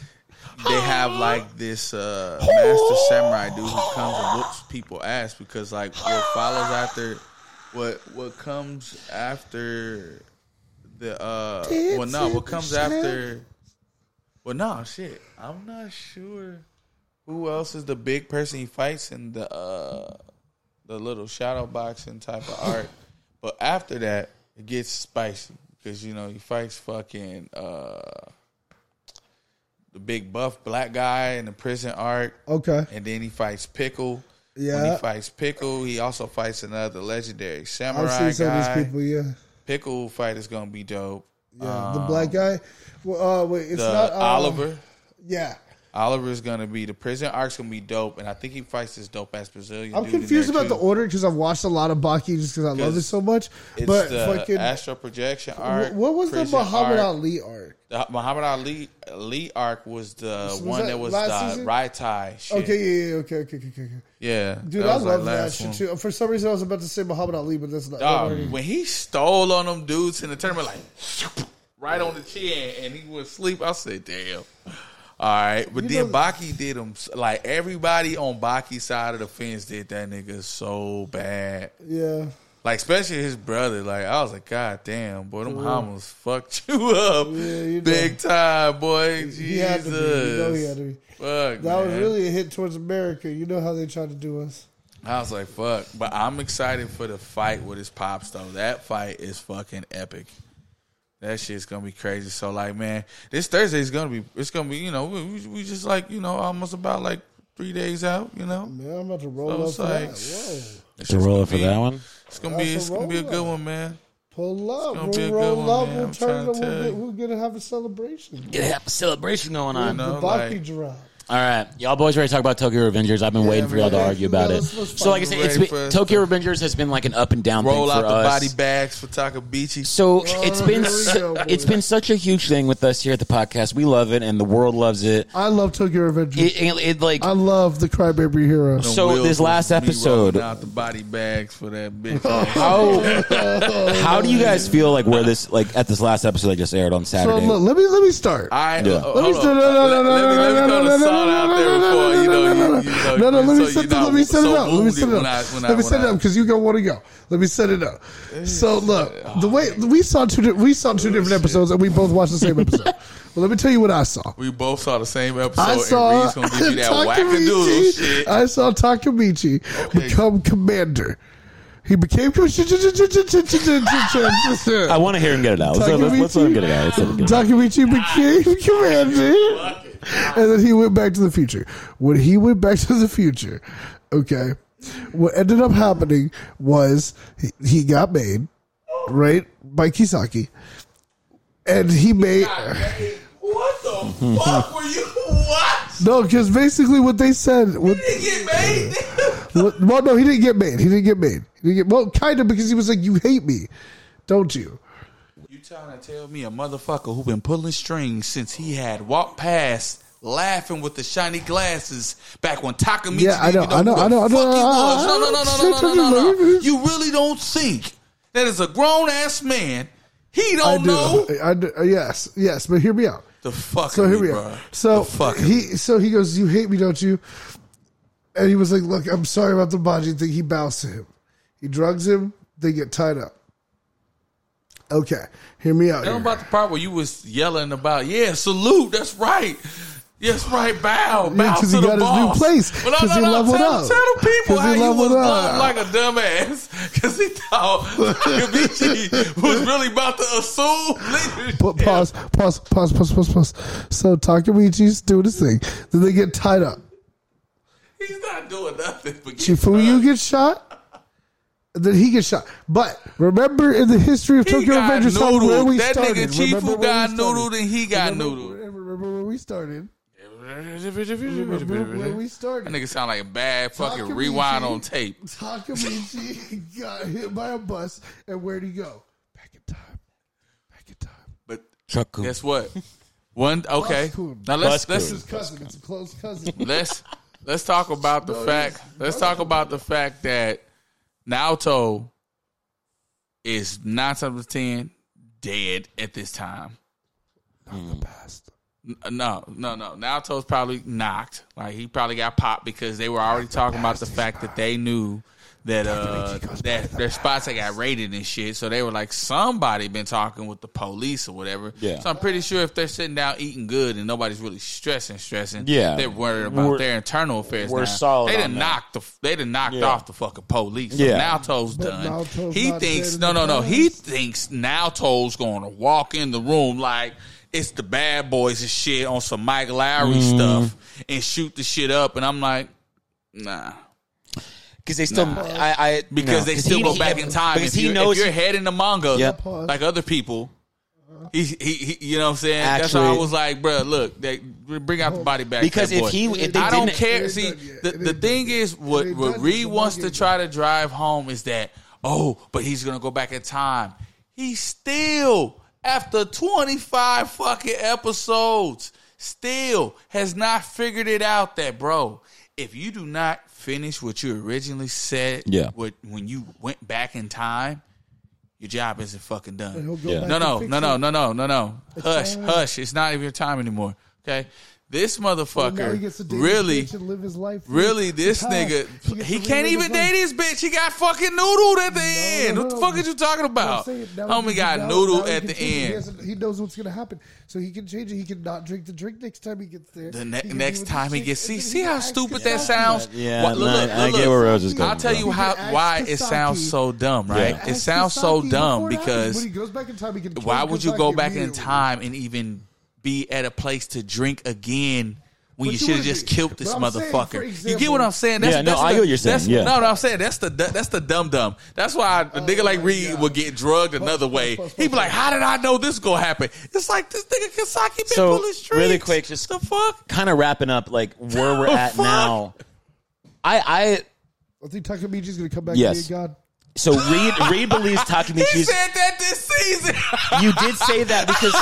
Speaker 3: They have like this uh, master samurai dude who comes and whoops people ass because like what follows after what what comes after the uh well no what comes after well no shit I'm not sure who else is the big person he fights in the uh the little shadow boxing type of art but after that it gets spicy because you know he fights fucking uh the big buff black guy in the prison arc,
Speaker 2: Okay,
Speaker 3: and then he fights Pickle. When
Speaker 2: Yeah.
Speaker 3: he fights Pickle, he also fights another legendary
Speaker 2: I've
Speaker 3: samurai
Speaker 2: seen some of
Speaker 3: guy.
Speaker 2: these people. Yeah,
Speaker 3: Pickle fight is gonna be dope.
Speaker 2: yeah. the
Speaker 3: Um,
Speaker 2: black guy. Well, uh, wait, it's
Speaker 3: the
Speaker 2: not uh,
Speaker 3: Oliver.
Speaker 2: Yeah,
Speaker 3: Oliver is gonna be the prison arc's gonna be dope, and I think he fights this dope ass Brazilian.
Speaker 2: I'm
Speaker 3: dude in
Speaker 2: confused
Speaker 3: there,
Speaker 2: about the
Speaker 3: too.
Speaker 2: order because I've watched a lot of Baki just because I love it
Speaker 3: 'Cause
Speaker 2: so much.
Speaker 3: It's
Speaker 2: But
Speaker 3: the
Speaker 2: fucking,
Speaker 3: astral projection
Speaker 2: wh-
Speaker 3: arc.
Speaker 2: what was the
Speaker 3: prison
Speaker 2: Muhammad
Speaker 3: arc.
Speaker 2: Ali arc?
Speaker 3: The Muhammad Ali Lee arc was the
Speaker 2: was
Speaker 3: one
Speaker 2: that
Speaker 3: that, was the
Speaker 2: last season?
Speaker 3: Rai Tai shit.
Speaker 2: Okay, yeah, yeah, okay, okay, okay, okay. okay.
Speaker 3: Yeah,
Speaker 2: Dude,
Speaker 3: that
Speaker 2: I
Speaker 3: was, like,
Speaker 2: love that
Speaker 3: last
Speaker 2: shit
Speaker 3: one.
Speaker 2: too. For some reason, I was about to say Muhammad Ali, but that's not.
Speaker 3: Dog,
Speaker 2: that already-
Speaker 3: when he stole on them dudes in the tournament, like right on the chin, and he was asleep. I said, "Damn." All right, but
Speaker 2: You
Speaker 3: then
Speaker 2: know-
Speaker 3: Baki did him like everybody on Baki's side of the fence did that nigga so bad,
Speaker 2: yeah,
Speaker 3: like especially his brother. Like I was like, God damn, boy, them Hamas fucked you up
Speaker 2: you know.
Speaker 3: big time, boy. Jesus,
Speaker 2: he had to be. You know, he had to be.
Speaker 3: fuck.
Speaker 2: That was
Speaker 3: man.
Speaker 2: really a hit towards America. You know how they tried to do us.
Speaker 3: I was like, fuck. But I'm excited for the fight with his pops though. That fight is fucking epic. That shit's gonna be crazy. So like, man, this Thursday is gonna be. It's gonna be. You know, we, we- we just like you know almost about like three days out. You know,
Speaker 2: Man, I'm about to
Speaker 3: So
Speaker 2: roll
Speaker 3: it's
Speaker 2: up. for that.
Speaker 3: like-
Speaker 2: Whoa.
Speaker 3: It's
Speaker 1: To roll
Speaker 3: just gonna
Speaker 1: it for
Speaker 3: be-
Speaker 1: that one.
Speaker 3: It's gonna be.
Speaker 2: That's a
Speaker 3: It's gonna be a good
Speaker 2: rollout.
Speaker 3: one, man.
Speaker 2: Pull
Speaker 3: gonna
Speaker 2: up,
Speaker 3: be a
Speaker 2: we'll
Speaker 3: good
Speaker 2: roll
Speaker 3: one,
Speaker 2: up,
Speaker 3: man.
Speaker 2: we'll
Speaker 3: I'm
Speaker 2: turn
Speaker 3: trying
Speaker 2: it
Speaker 3: to
Speaker 2: up, we'll,
Speaker 3: tell
Speaker 2: get-
Speaker 3: you.
Speaker 2: we're gonna have a celebration.
Speaker 1: Gonna have a celebration going on.
Speaker 3: know,
Speaker 2: the Baki
Speaker 3: like-
Speaker 2: drop.
Speaker 1: All right, y'all boys ready to talk about Tokyo Revengers? I've been waiting for y'all to
Speaker 2: man.
Speaker 1: argue about
Speaker 2: Yeah,
Speaker 1: it.
Speaker 2: let's- let's
Speaker 1: So, like I
Speaker 3: fucking
Speaker 1: said, it's
Speaker 3: ready
Speaker 1: been,
Speaker 3: for-
Speaker 1: Tokyo Revengers has been like an up and down
Speaker 3: Roll
Speaker 1: thing
Speaker 3: out
Speaker 1: for
Speaker 3: the
Speaker 1: us.
Speaker 3: body bags for Takabichi.
Speaker 1: So it's been
Speaker 2: here we
Speaker 1: su-
Speaker 2: go, boy.
Speaker 1: it's been such a huge thing with us here at the podcast. We love it, and the world loves it.
Speaker 2: I love Tokyo Revengers.
Speaker 1: It, it, it, like
Speaker 2: I love the Crybaby Hero.
Speaker 3: The
Speaker 1: So
Speaker 3: wheels
Speaker 1: this last
Speaker 3: was me
Speaker 1: episode- Oh.
Speaker 3: rolling out the body bags for that bitch. ass.
Speaker 1: how how do you guys feel like where this like at this last episode that just aired on
Speaker 2: So
Speaker 1: Saturday?
Speaker 2: look, let me let me start.
Speaker 3: I
Speaker 1: Yeah.
Speaker 3: uh, hold
Speaker 2: Let me
Speaker 3: on.
Speaker 2: no no no no
Speaker 3: Let-
Speaker 2: no
Speaker 3: let me- let
Speaker 2: no
Speaker 3: me throw
Speaker 2: no
Speaker 3: the
Speaker 2: no no no no no no no no no no
Speaker 3: salt out there before, you know, you- you know,
Speaker 2: no no let me
Speaker 3: so
Speaker 2: set
Speaker 3: you're not
Speaker 2: let me set it
Speaker 3: so
Speaker 2: up let me
Speaker 3: wounded
Speaker 2: set it
Speaker 3: when I-
Speaker 2: up
Speaker 3: when
Speaker 2: let
Speaker 3: I-
Speaker 2: me
Speaker 3: when
Speaker 2: set it
Speaker 3: I-
Speaker 2: up because you go want to go let me set it up so look the way
Speaker 3: Oh,
Speaker 2: we saw two di- we saw two different episodes and we both watched the same episode well let me tell you what I saw
Speaker 3: We both saw the same episode.
Speaker 2: I
Speaker 3: and
Speaker 2: saw
Speaker 3: Reed's gonna give you that wackadoodle shit.
Speaker 2: Takamichi. I saw Takamichi become commander. He became
Speaker 1: I want to hear him get it out. Let's, let's, let's let him get it out. Let's let him get it out.
Speaker 2: Takamichi became commander, and then he went back to the future. When he went back to the future, okay, what ended up happening was he, he got made right by Kisaki, and he made.
Speaker 3: Hey, What the fuck were you watching?
Speaker 2: No, because basically what they said, what,
Speaker 3: Get made?
Speaker 2: what, well, no, he didn't get made. He didn't get made. He didn't get, well, kind of because he was like, "You hate me, don't you?"
Speaker 3: You trying to tell me a motherfucker who been pulling strings since he had walked past laughing with the shiny glasses back when Takamichi
Speaker 2: Yeah, I
Speaker 3: didn't
Speaker 2: know,
Speaker 3: know,
Speaker 2: I know, I
Speaker 3: who the
Speaker 2: know, I
Speaker 3: fuck he
Speaker 2: know,
Speaker 3: was.
Speaker 2: I-
Speaker 3: No, no,
Speaker 2: I-
Speaker 3: no, no, no, no, no, no, no. You really don't think that is a grown ass man. He
Speaker 2: I
Speaker 3: don't
Speaker 2: do.
Speaker 3: know
Speaker 2: I, do. uh, Yes, yes, but hear me out.
Speaker 3: the fuck.
Speaker 2: So here we
Speaker 3: bro.
Speaker 2: are. So
Speaker 3: the fuck
Speaker 2: he, so he goes, "You hate me, don't you?" And he was like, "Look, I'm sorry about the Baji thing." He bows to him. He drugs him. They get tied up. Okay, hear me out. here.
Speaker 3: Tell them about the part where you was yelling about, yeah, salute. That's right. Yes, right. Bow, bow
Speaker 2: Yeah,
Speaker 3: to
Speaker 2: 'cause
Speaker 3: the
Speaker 2: he got his new
Speaker 3: boss.
Speaker 2: place,
Speaker 3: Well, no,
Speaker 2: 'cause he
Speaker 3: no, no,
Speaker 2: leveled
Speaker 3: tell,
Speaker 2: up.
Speaker 3: Tell the people
Speaker 2: 'Cause
Speaker 3: how
Speaker 2: he
Speaker 3: he, was
Speaker 2: leveled
Speaker 3: done
Speaker 2: up.
Speaker 3: like a dumbass because he thought Kamichi was really about to assume leadership.
Speaker 2: But pause, pause, pause, pause, pause, pause. So Takamichi's doing his thing. Then they get tied up.
Speaker 3: He's not doing nothing. But get
Speaker 2: Chifuyu
Speaker 3: drugged.
Speaker 2: gets shot. and Then he gets shot. But remember in the history of
Speaker 3: he
Speaker 2: Tokyo
Speaker 3: got
Speaker 2: Avengers, how
Speaker 3: noodled.
Speaker 2: where we
Speaker 3: that
Speaker 2: started.
Speaker 3: nigga
Speaker 2: Remember where
Speaker 3: Chifu
Speaker 2: we
Speaker 3: got
Speaker 2: started.
Speaker 3: noodled and he got noodled.
Speaker 2: Remember, remember where we started. Remember where
Speaker 3: That
Speaker 2: we started.
Speaker 3: nigga sound like a bad fucking
Speaker 2: Takamichi.
Speaker 3: rewind on tape.
Speaker 2: Takamichi got hit by a bus, and where'd he go? Back in time. Back in time.
Speaker 3: But
Speaker 1: Chuck
Speaker 3: guess what? One okay.
Speaker 2: Coon.
Speaker 3: Now let's
Speaker 1: Bus coon.
Speaker 2: It's
Speaker 3: let's
Speaker 2: his cousin. It's a close cousin.
Speaker 3: let's let's talk about the fact. Let's talk about the fact that Naoto is nine times out of ten dead at this time.
Speaker 2: Not the best.
Speaker 3: N- No, no, no. Naoto's probably knocked. Like he probably got popped because they were already talking about the fact that they knew that uh that their spots that got raided and shit. So they were like, somebody been talking with the police or whatever.
Speaker 1: Yeah.
Speaker 3: So I'm pretty sure if they're sitting down eating good and nobody's really stressing, stressing,
Speaker 1: Yeah.
Speaker 3: they're worried about
Speaker 1: We're-
Speaker 3: their internal affairs.
Speaker 1: we're
Speaker 3: now.
Speaker 1: solid
Speaker 3: They
Speaker 1: on
Speaker 3: done
Speaker 1: that.
Speaker 3: knocked the they done knocked
Speaker 1: Yeah.
Speaker 3: off the fucking police. So
Speaker 1: Yeah.
Speaker 3: now To's done.
Speaker 2: Naoto's
Speaker 3: he
Speaker 2: not
Speaker 3: thinks
Speaker 2: dead in
Speaker 3: no,
Speaker 2: the
Speaker 3: no, no.
Speaker 2: past.
Speaker 3: He thinks now Toll's gonna walk in the room like it's the bad boys and shit on some Mike Lowry
Speaker 1: Mm.
Speaker 3: stuff and shoot the shit up. And I'm like, nah.
Speaker 1: because they still I, I
Speaker 3: Because
Speaker 1: no.
Speaker 3: they
Speaker 1: 'Cause
Speaker 3: still
Speaker 1: he-
Speaker 3: go
Speaker 1: he-
Speaker 3: back in time.
Speaker 1: because
Speaker 3: If,
Speaker 1: he
Speaker 3: you,
Speaker 1: knows
Speaker 3: if you're head in the manga
Speaker 1: Yep.
Speaker 2: Pause.
Speaker 3: like other people. He, he, he, you know what I'm saying? That's why I
Speaker 1: Actually-
Speaker 3: was like, bro, look, they, bring out the body back.
Speaker 1: because
Speaker 3: that boy.
Speaker 1: if he if they
Speaker 3: I don't
Speaker 1: didn't-
Speaker 3: care.
Speaker 2: It
Speaker 3: See,
Speaker 2: ain't done yet.
Speaker 3: the,
Speaker 2: It ain't
Speaker 3: the
Speaker 2: done
Speaker 3: thing is, what,
Speaker 2: ain't
Speaker 3: what
Speaker 2: done.
Speaker 3: Reed
Speaker 2: It's a
Speaker 3: wants to
Speaker 2: marketing
Speaker 3: try to drive home is that, oh, but he's going to go back in time. He still, after 25 fucking episodes, still has not figured it out that, bro, if you do not finish what you originally said
Speaker 1: Yeah.
Speaker 3: what, when you went back in time, your job isn't fucking done.
Speaker 2: And he'll go back
Speaker 3: No, no,
Speaker 2: and fix
Speaker 3: no, no,
Speaker 2: it.
Speaker 3: no, no, no, no. Hush,
Speaker 2: time.
Speaker 3: hush. It's not even your time anymore. Okay. This
Speaker 2: Now he gets to
Speaker 3: motherfucker
Speaker 2: date his
Speaker 3: really,
Speaker 2: bitch and live his life.
Speaker 3: really, this
Speaker 2: Time.
Speaker 3: nigga,
Speaker 2: He gets
Speaker 3: he
Speaker 2: to live
Speaker 3: can't
Speaker 2: his life.
Speaker 3: even date his bitch. He got fucking noodled at the end.
Speaker 2: no,
Speaker 3: what the
Speaker 2: no,
Speaker 3: fuck
Speaker 2: but-
Speaker 3: are you talking about?
Speaker 2: I'm saying, now he
Speaker 3: Homie
Speaker 2: can-
Speaker 3: got
Speaker 2: now- now
Speaker 3: noodled
Speaker 2: he
Speaker 3: at
Speaker 2: can
Speaker 3: the
Speaker 2: change it. He
Speaker 3: end.
Speaker 2: hasn't- He, knows what's going to happen, so he can change it. He can not drink the drink next time he gets there.
Speaker 3: The
Speaker 2: He
Speaker 3: ne-
Speaker 2: can do
Speaker 3: next
Speaker 2: what
Speaker 3: time he gets see,
Speaker 2: and then
Speaker 3: see how
Speaker 2: acts
Speaker 3: stupid that
Speaker 2: Kasaki.
Speaker 3: sounds.
Speaker 1: Yeah,
Speaker 3: Why-
Speaker 1: no, I get where Rose is going.
Speaker 3: I'll tell
Speaker 1: from.
Speaker 3: you how
Speaker 2: He can ask
Speaker 3: why it
Speaker 2: Kasaki.
Speaker 3: sounds so dumb, right?
Speaker 1: Yeah.
Speaker 3: It
Speaker 2: Ask
Speaker 3: sounds so
Speaker 2: Kasaki
Speaker 3: dumb
Speaker 2: before it happens.
Speaker 3: because
Speaker 2: when he goes back in time, he can.
Speaker 3: why
Speaker 2: turn
Speaker 3: would you
Speaker 2: Kasaki
Speaker 3: go back in
Speaker 2: immediately.
Speaker 3: time and even be at a place to drink again
Speaker 2: But
Speaker 3: when you
Speaker 2: you
Speaker 3: should have
Speaker 2: would
Speaker 3: just
Speaker 2: be.
Speaker 3: killed
Speaker 2: But
Speaker 3: this
Speaker 2: I'm saying, for
Speaker 3: motherfucker? you get
Speaker 2: example-
Speaker 3: what I'm saying? That's,
Speaker 1: Yeah, no,
Speaker 3: that's
Speaker 1: I
Speaker 3: the,
Speaker 1: get what you're saying,
Speaker 3: That's,
Speaker 1: yeah.
Speaker 3: No, no, I'm saying that's the that's the dumb dumb. That's why a nigga like
Speaker 2: Oh, my
Speaker 3: Reed
Speaker 2: God.
Speaker 3: would get drugged another way.
Speaker 2: plus,
Speaker 3: He'd be like, "How did I know this gonna happen?" It's like this nigga Kasaki been
Speaker 1: So,
Speaker 3: pulling streets.
Speaker 1: really quick, just-
Speaker 3: the fuck.
Speaker 1: kind of wrapping up like where we're
Speaker 3: The
Speaker 1: at
Speaker 3: fuck?
Speaker 1: now. I I
Speaker 2: I think Takamichi's going to come back.
Speaker 1: Yes.
Speaker 2: and be a god.
Speaker 1: so Reed Reed believes
Speaker 3: He
Speaker 1: Takamichi's.
Speaker 3: said that this season.
Speaker 1: You did say that because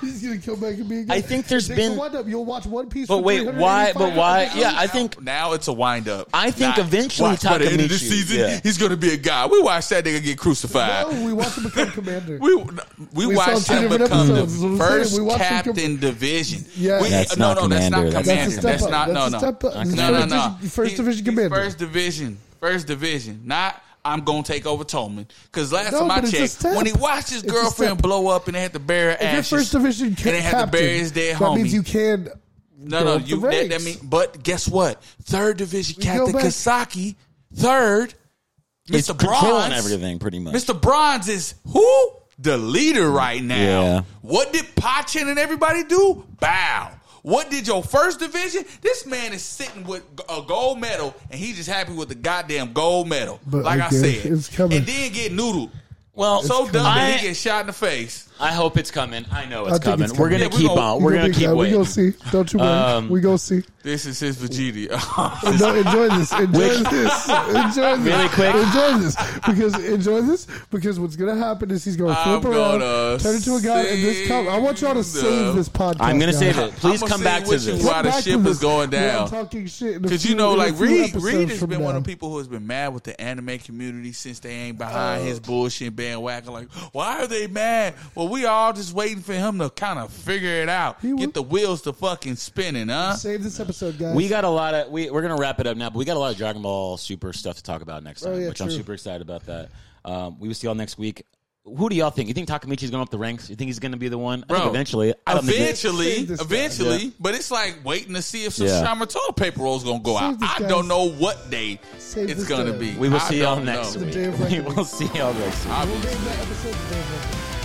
Speaker 2: He's going to come back and be a god.
Speaker 1: I think
Speaker 2: there's
Speaker 1: there's been-
Speaker 2: One up. You'll watch One Piece.
Speaker 1: But
Speaker 2: for
Speaker 1: wait, why?
Speaker 2: 385
Speaker 1: But why?
Speaker 2: episodes.
Speaker 1: Yeah, I think
Speaker 3: now it's a wind up.
Speaker 1: I think eventually
Speaker 3: watch by the end of this
Speaker 1: Takamichi,
Speaker 3: season,
Speaker 1: yeah.
Speaker 3: he's gonna be a guy. We watched that nigga get crucified.
Speaker 2: No, we watch him become commander.
Speaker 3: We we,
Speaker 2: We saw
Speaker 3: watched
Speaker 2: two
Speaker 3: him
Speaker 2: different
Speaker 3: become
Speaker 2: episodes, is what
Speaker 3: the
Speaker 2: I'm
Speaker 3: first
Speaker 2: saying. We watched him
Speaker 3: captain division.
Speaker 2: Yeah.
Speaker 3: We-
Speaker 1: That's
Speaker 3: no,
Speaker 1: not
Speaker 3: no, that's
Speaker 1: commander,
Speaker 3: not
Speaker 1: that's- That's
Speaker 3: commander.
Speaker 1: a
Speaker 3: That's,
Speaker 2: step up.
Speaker 3: not no
Speaker 2: That's a
Speaker 3: no.
Speaker 2: step up. That's
Speaker 3: no, no,
Speaker 1: first
Speaker 3: no.
Speaker 2: division- first
Speaker 3: He-
Speaker 2: division
Speaker 3: he's
Speaker 2: commander.
Speaker 3: First division. First division. Not I'm gonna take over Tolman because last
Speaker 2: No,
Speaker 3: time I
Speaker 2: but it's a
Speaker 3: checked,
Speaker 2: step.
Speaker 3: when he watched his
Speaker 2: It's a
Speaker 3: girlfriend
Speaker 2: step.
Speaker 3: blow up and they had to bury her
Speaker 2: If you're
Speaker 3: ashes,
Speaker 2: first division
Speaker 3: and
Speaker 2: ca-
Speaker 3: they had to
Speaker 2: captain,
Speaker 3: bury his dead
Speaker 2: that
Speaker 3: homie.
Speaker 2: means you can.
Speaker 3: No, no, you that, that mean, but guess what? Third division
Speaker 2: go
Speaker 3: captain
Speaker 2: back-
Speaker 3: Kasaki, third,
Speaker 1: it's
Speaker 3: Mr.
Speaker 1: controlling
Speaker 3: Bronze,
Speaker 1: everything pretty much.
Speaker 3: Mr. Bronze is who? The leader right now.
Speaker 1: Yeah.
Speaker 3: What did Pachin and everybody do? Bow. What did your first division? This man is sitting with a gold medal and he's just happy with the goddamn gold medal.
Speaker 2: But
Speaker 3: like I
Speaker 2: okay,
Speaker 3: said.
Speaker 2: it's coming.
Speaker 3: And then get noodled.
Speaker 1: Well,
Speaker 3: So dumb that he
Speaker 1: I,
Speaker 3: gets shot in the face.
Speaker 1: I hope it's coming. I know it's,
Speaker 2: I think
Speaker 1: coming.
Speaker 2: it's
Speaker 1: We're gonna
Speaker 3: coming. Yeah, we
Speaker 1: keep
Speaker 3: gonna-
Speaker 1: on. We're
Speaker 2: We
Speaker 1: gonna
Speaker 2: be
Speaker 1: keep Um,
Speaker 2: glad. We
Speaker 1: waiting.
Speaker 2: go see. Don't you worry. we go see.
Speaker 3: This is his Vegeta.
Speaker 2: No, enjoy this. Enjoy this. Enjoy this.
Speaker 1: Really quick.
Speaker 2: Enjoy this because enjoy this because what's gonna happen is he's gonna
Speaker 3: I'm
Speaker 2: flip around,
Speaker 3: gonna
Speaker 2: turn into a guy, and this. Com- I want y'all to
Speaker 3: save
Speaker 2: save
Speaker 3: the-
Speaker 2: this podcast.
Speaker 1: I'm gonna
Speaker 2: guys.
Speaker 1: save it. Please
Speaker 3: I'ma
Speaker 1: come
Speaker 3: see
Speaker 1: back to
Speaker 3: what you
Speaker 1: this.
Speaker 3: want. Why the
Speaker 2: Back
Speaker 3: ship
Speaker 2: to
Speaker 3: is
Speaker 2: this.
Speaker 3: going
Speaker 2: We are
Speaker 3: down.
Speaker 2: Talking shit
Speaker 3: Because you know, like Reed, Reed has been one of the
Speaker 2: people.
Speaker 3: people who has been mad with the anime community since they ain't behind his bullshit bandwagon. Like, why are they mad? Well, we all just waiting for him to kind of figure it out,
Speaker 2: He
Speaker 3: get
Speaker 2: will.
Speaker 3: the wheels to fucking spinning, huh?
Speaker 2: Save this episode, guys.
Speaker 1: We got a lot of. We, we're gonna wrap it up now, but we got a lot of Dragon Ball Super stuff to talk about next time,
Speaker 2: Oh, yeah,
Speaker 1: which I'm
Speaker 2: true.
Speaker 1: super excited about. That um, we will see y'all next week. Who do y'all think? You think Takamichi's going up the ranks? You think he's going to be the one? I
Speaker 3: Bro,
Speaker 1: think eventually. I don't think it-
Speaker 3: eventually,
Speaker 2: Save this guy.
Speaker 3: eventually,
Speaker 1: Yeah.
Speaker 3: but it's like waiting to see if some
Speaker 1: Yeah.
Speaker 3: Shama toilet paper roll is gonna go
Speaker 2: Save
Speaker 3: out.
Speaker 2: this
Speaker 3: I
Speaker 2: guy.
Speaker 3: don't know what day
Speaker 2: Save
Speaker 3: it's
Speaker 2: this
Speaker 3: gonna
Speaker 2: guy.
Speaker 3: be.
Speaker 1: we will
Speaker 3: I
Speaker 1: see y'all
Speaker 3: don't
Speaker 1: next
Speaker 3: know.
Speaker 2: The
Speaker 1: week.
Speaker 2: day of
Speaker 1: We
Speaker 2: reckoning.
Speaker 1: will see y'all next week.
Speaker 3: I
Speaker 2: We'll
Speaker 3: will
Speaker 2: name that episode the day of reckoning.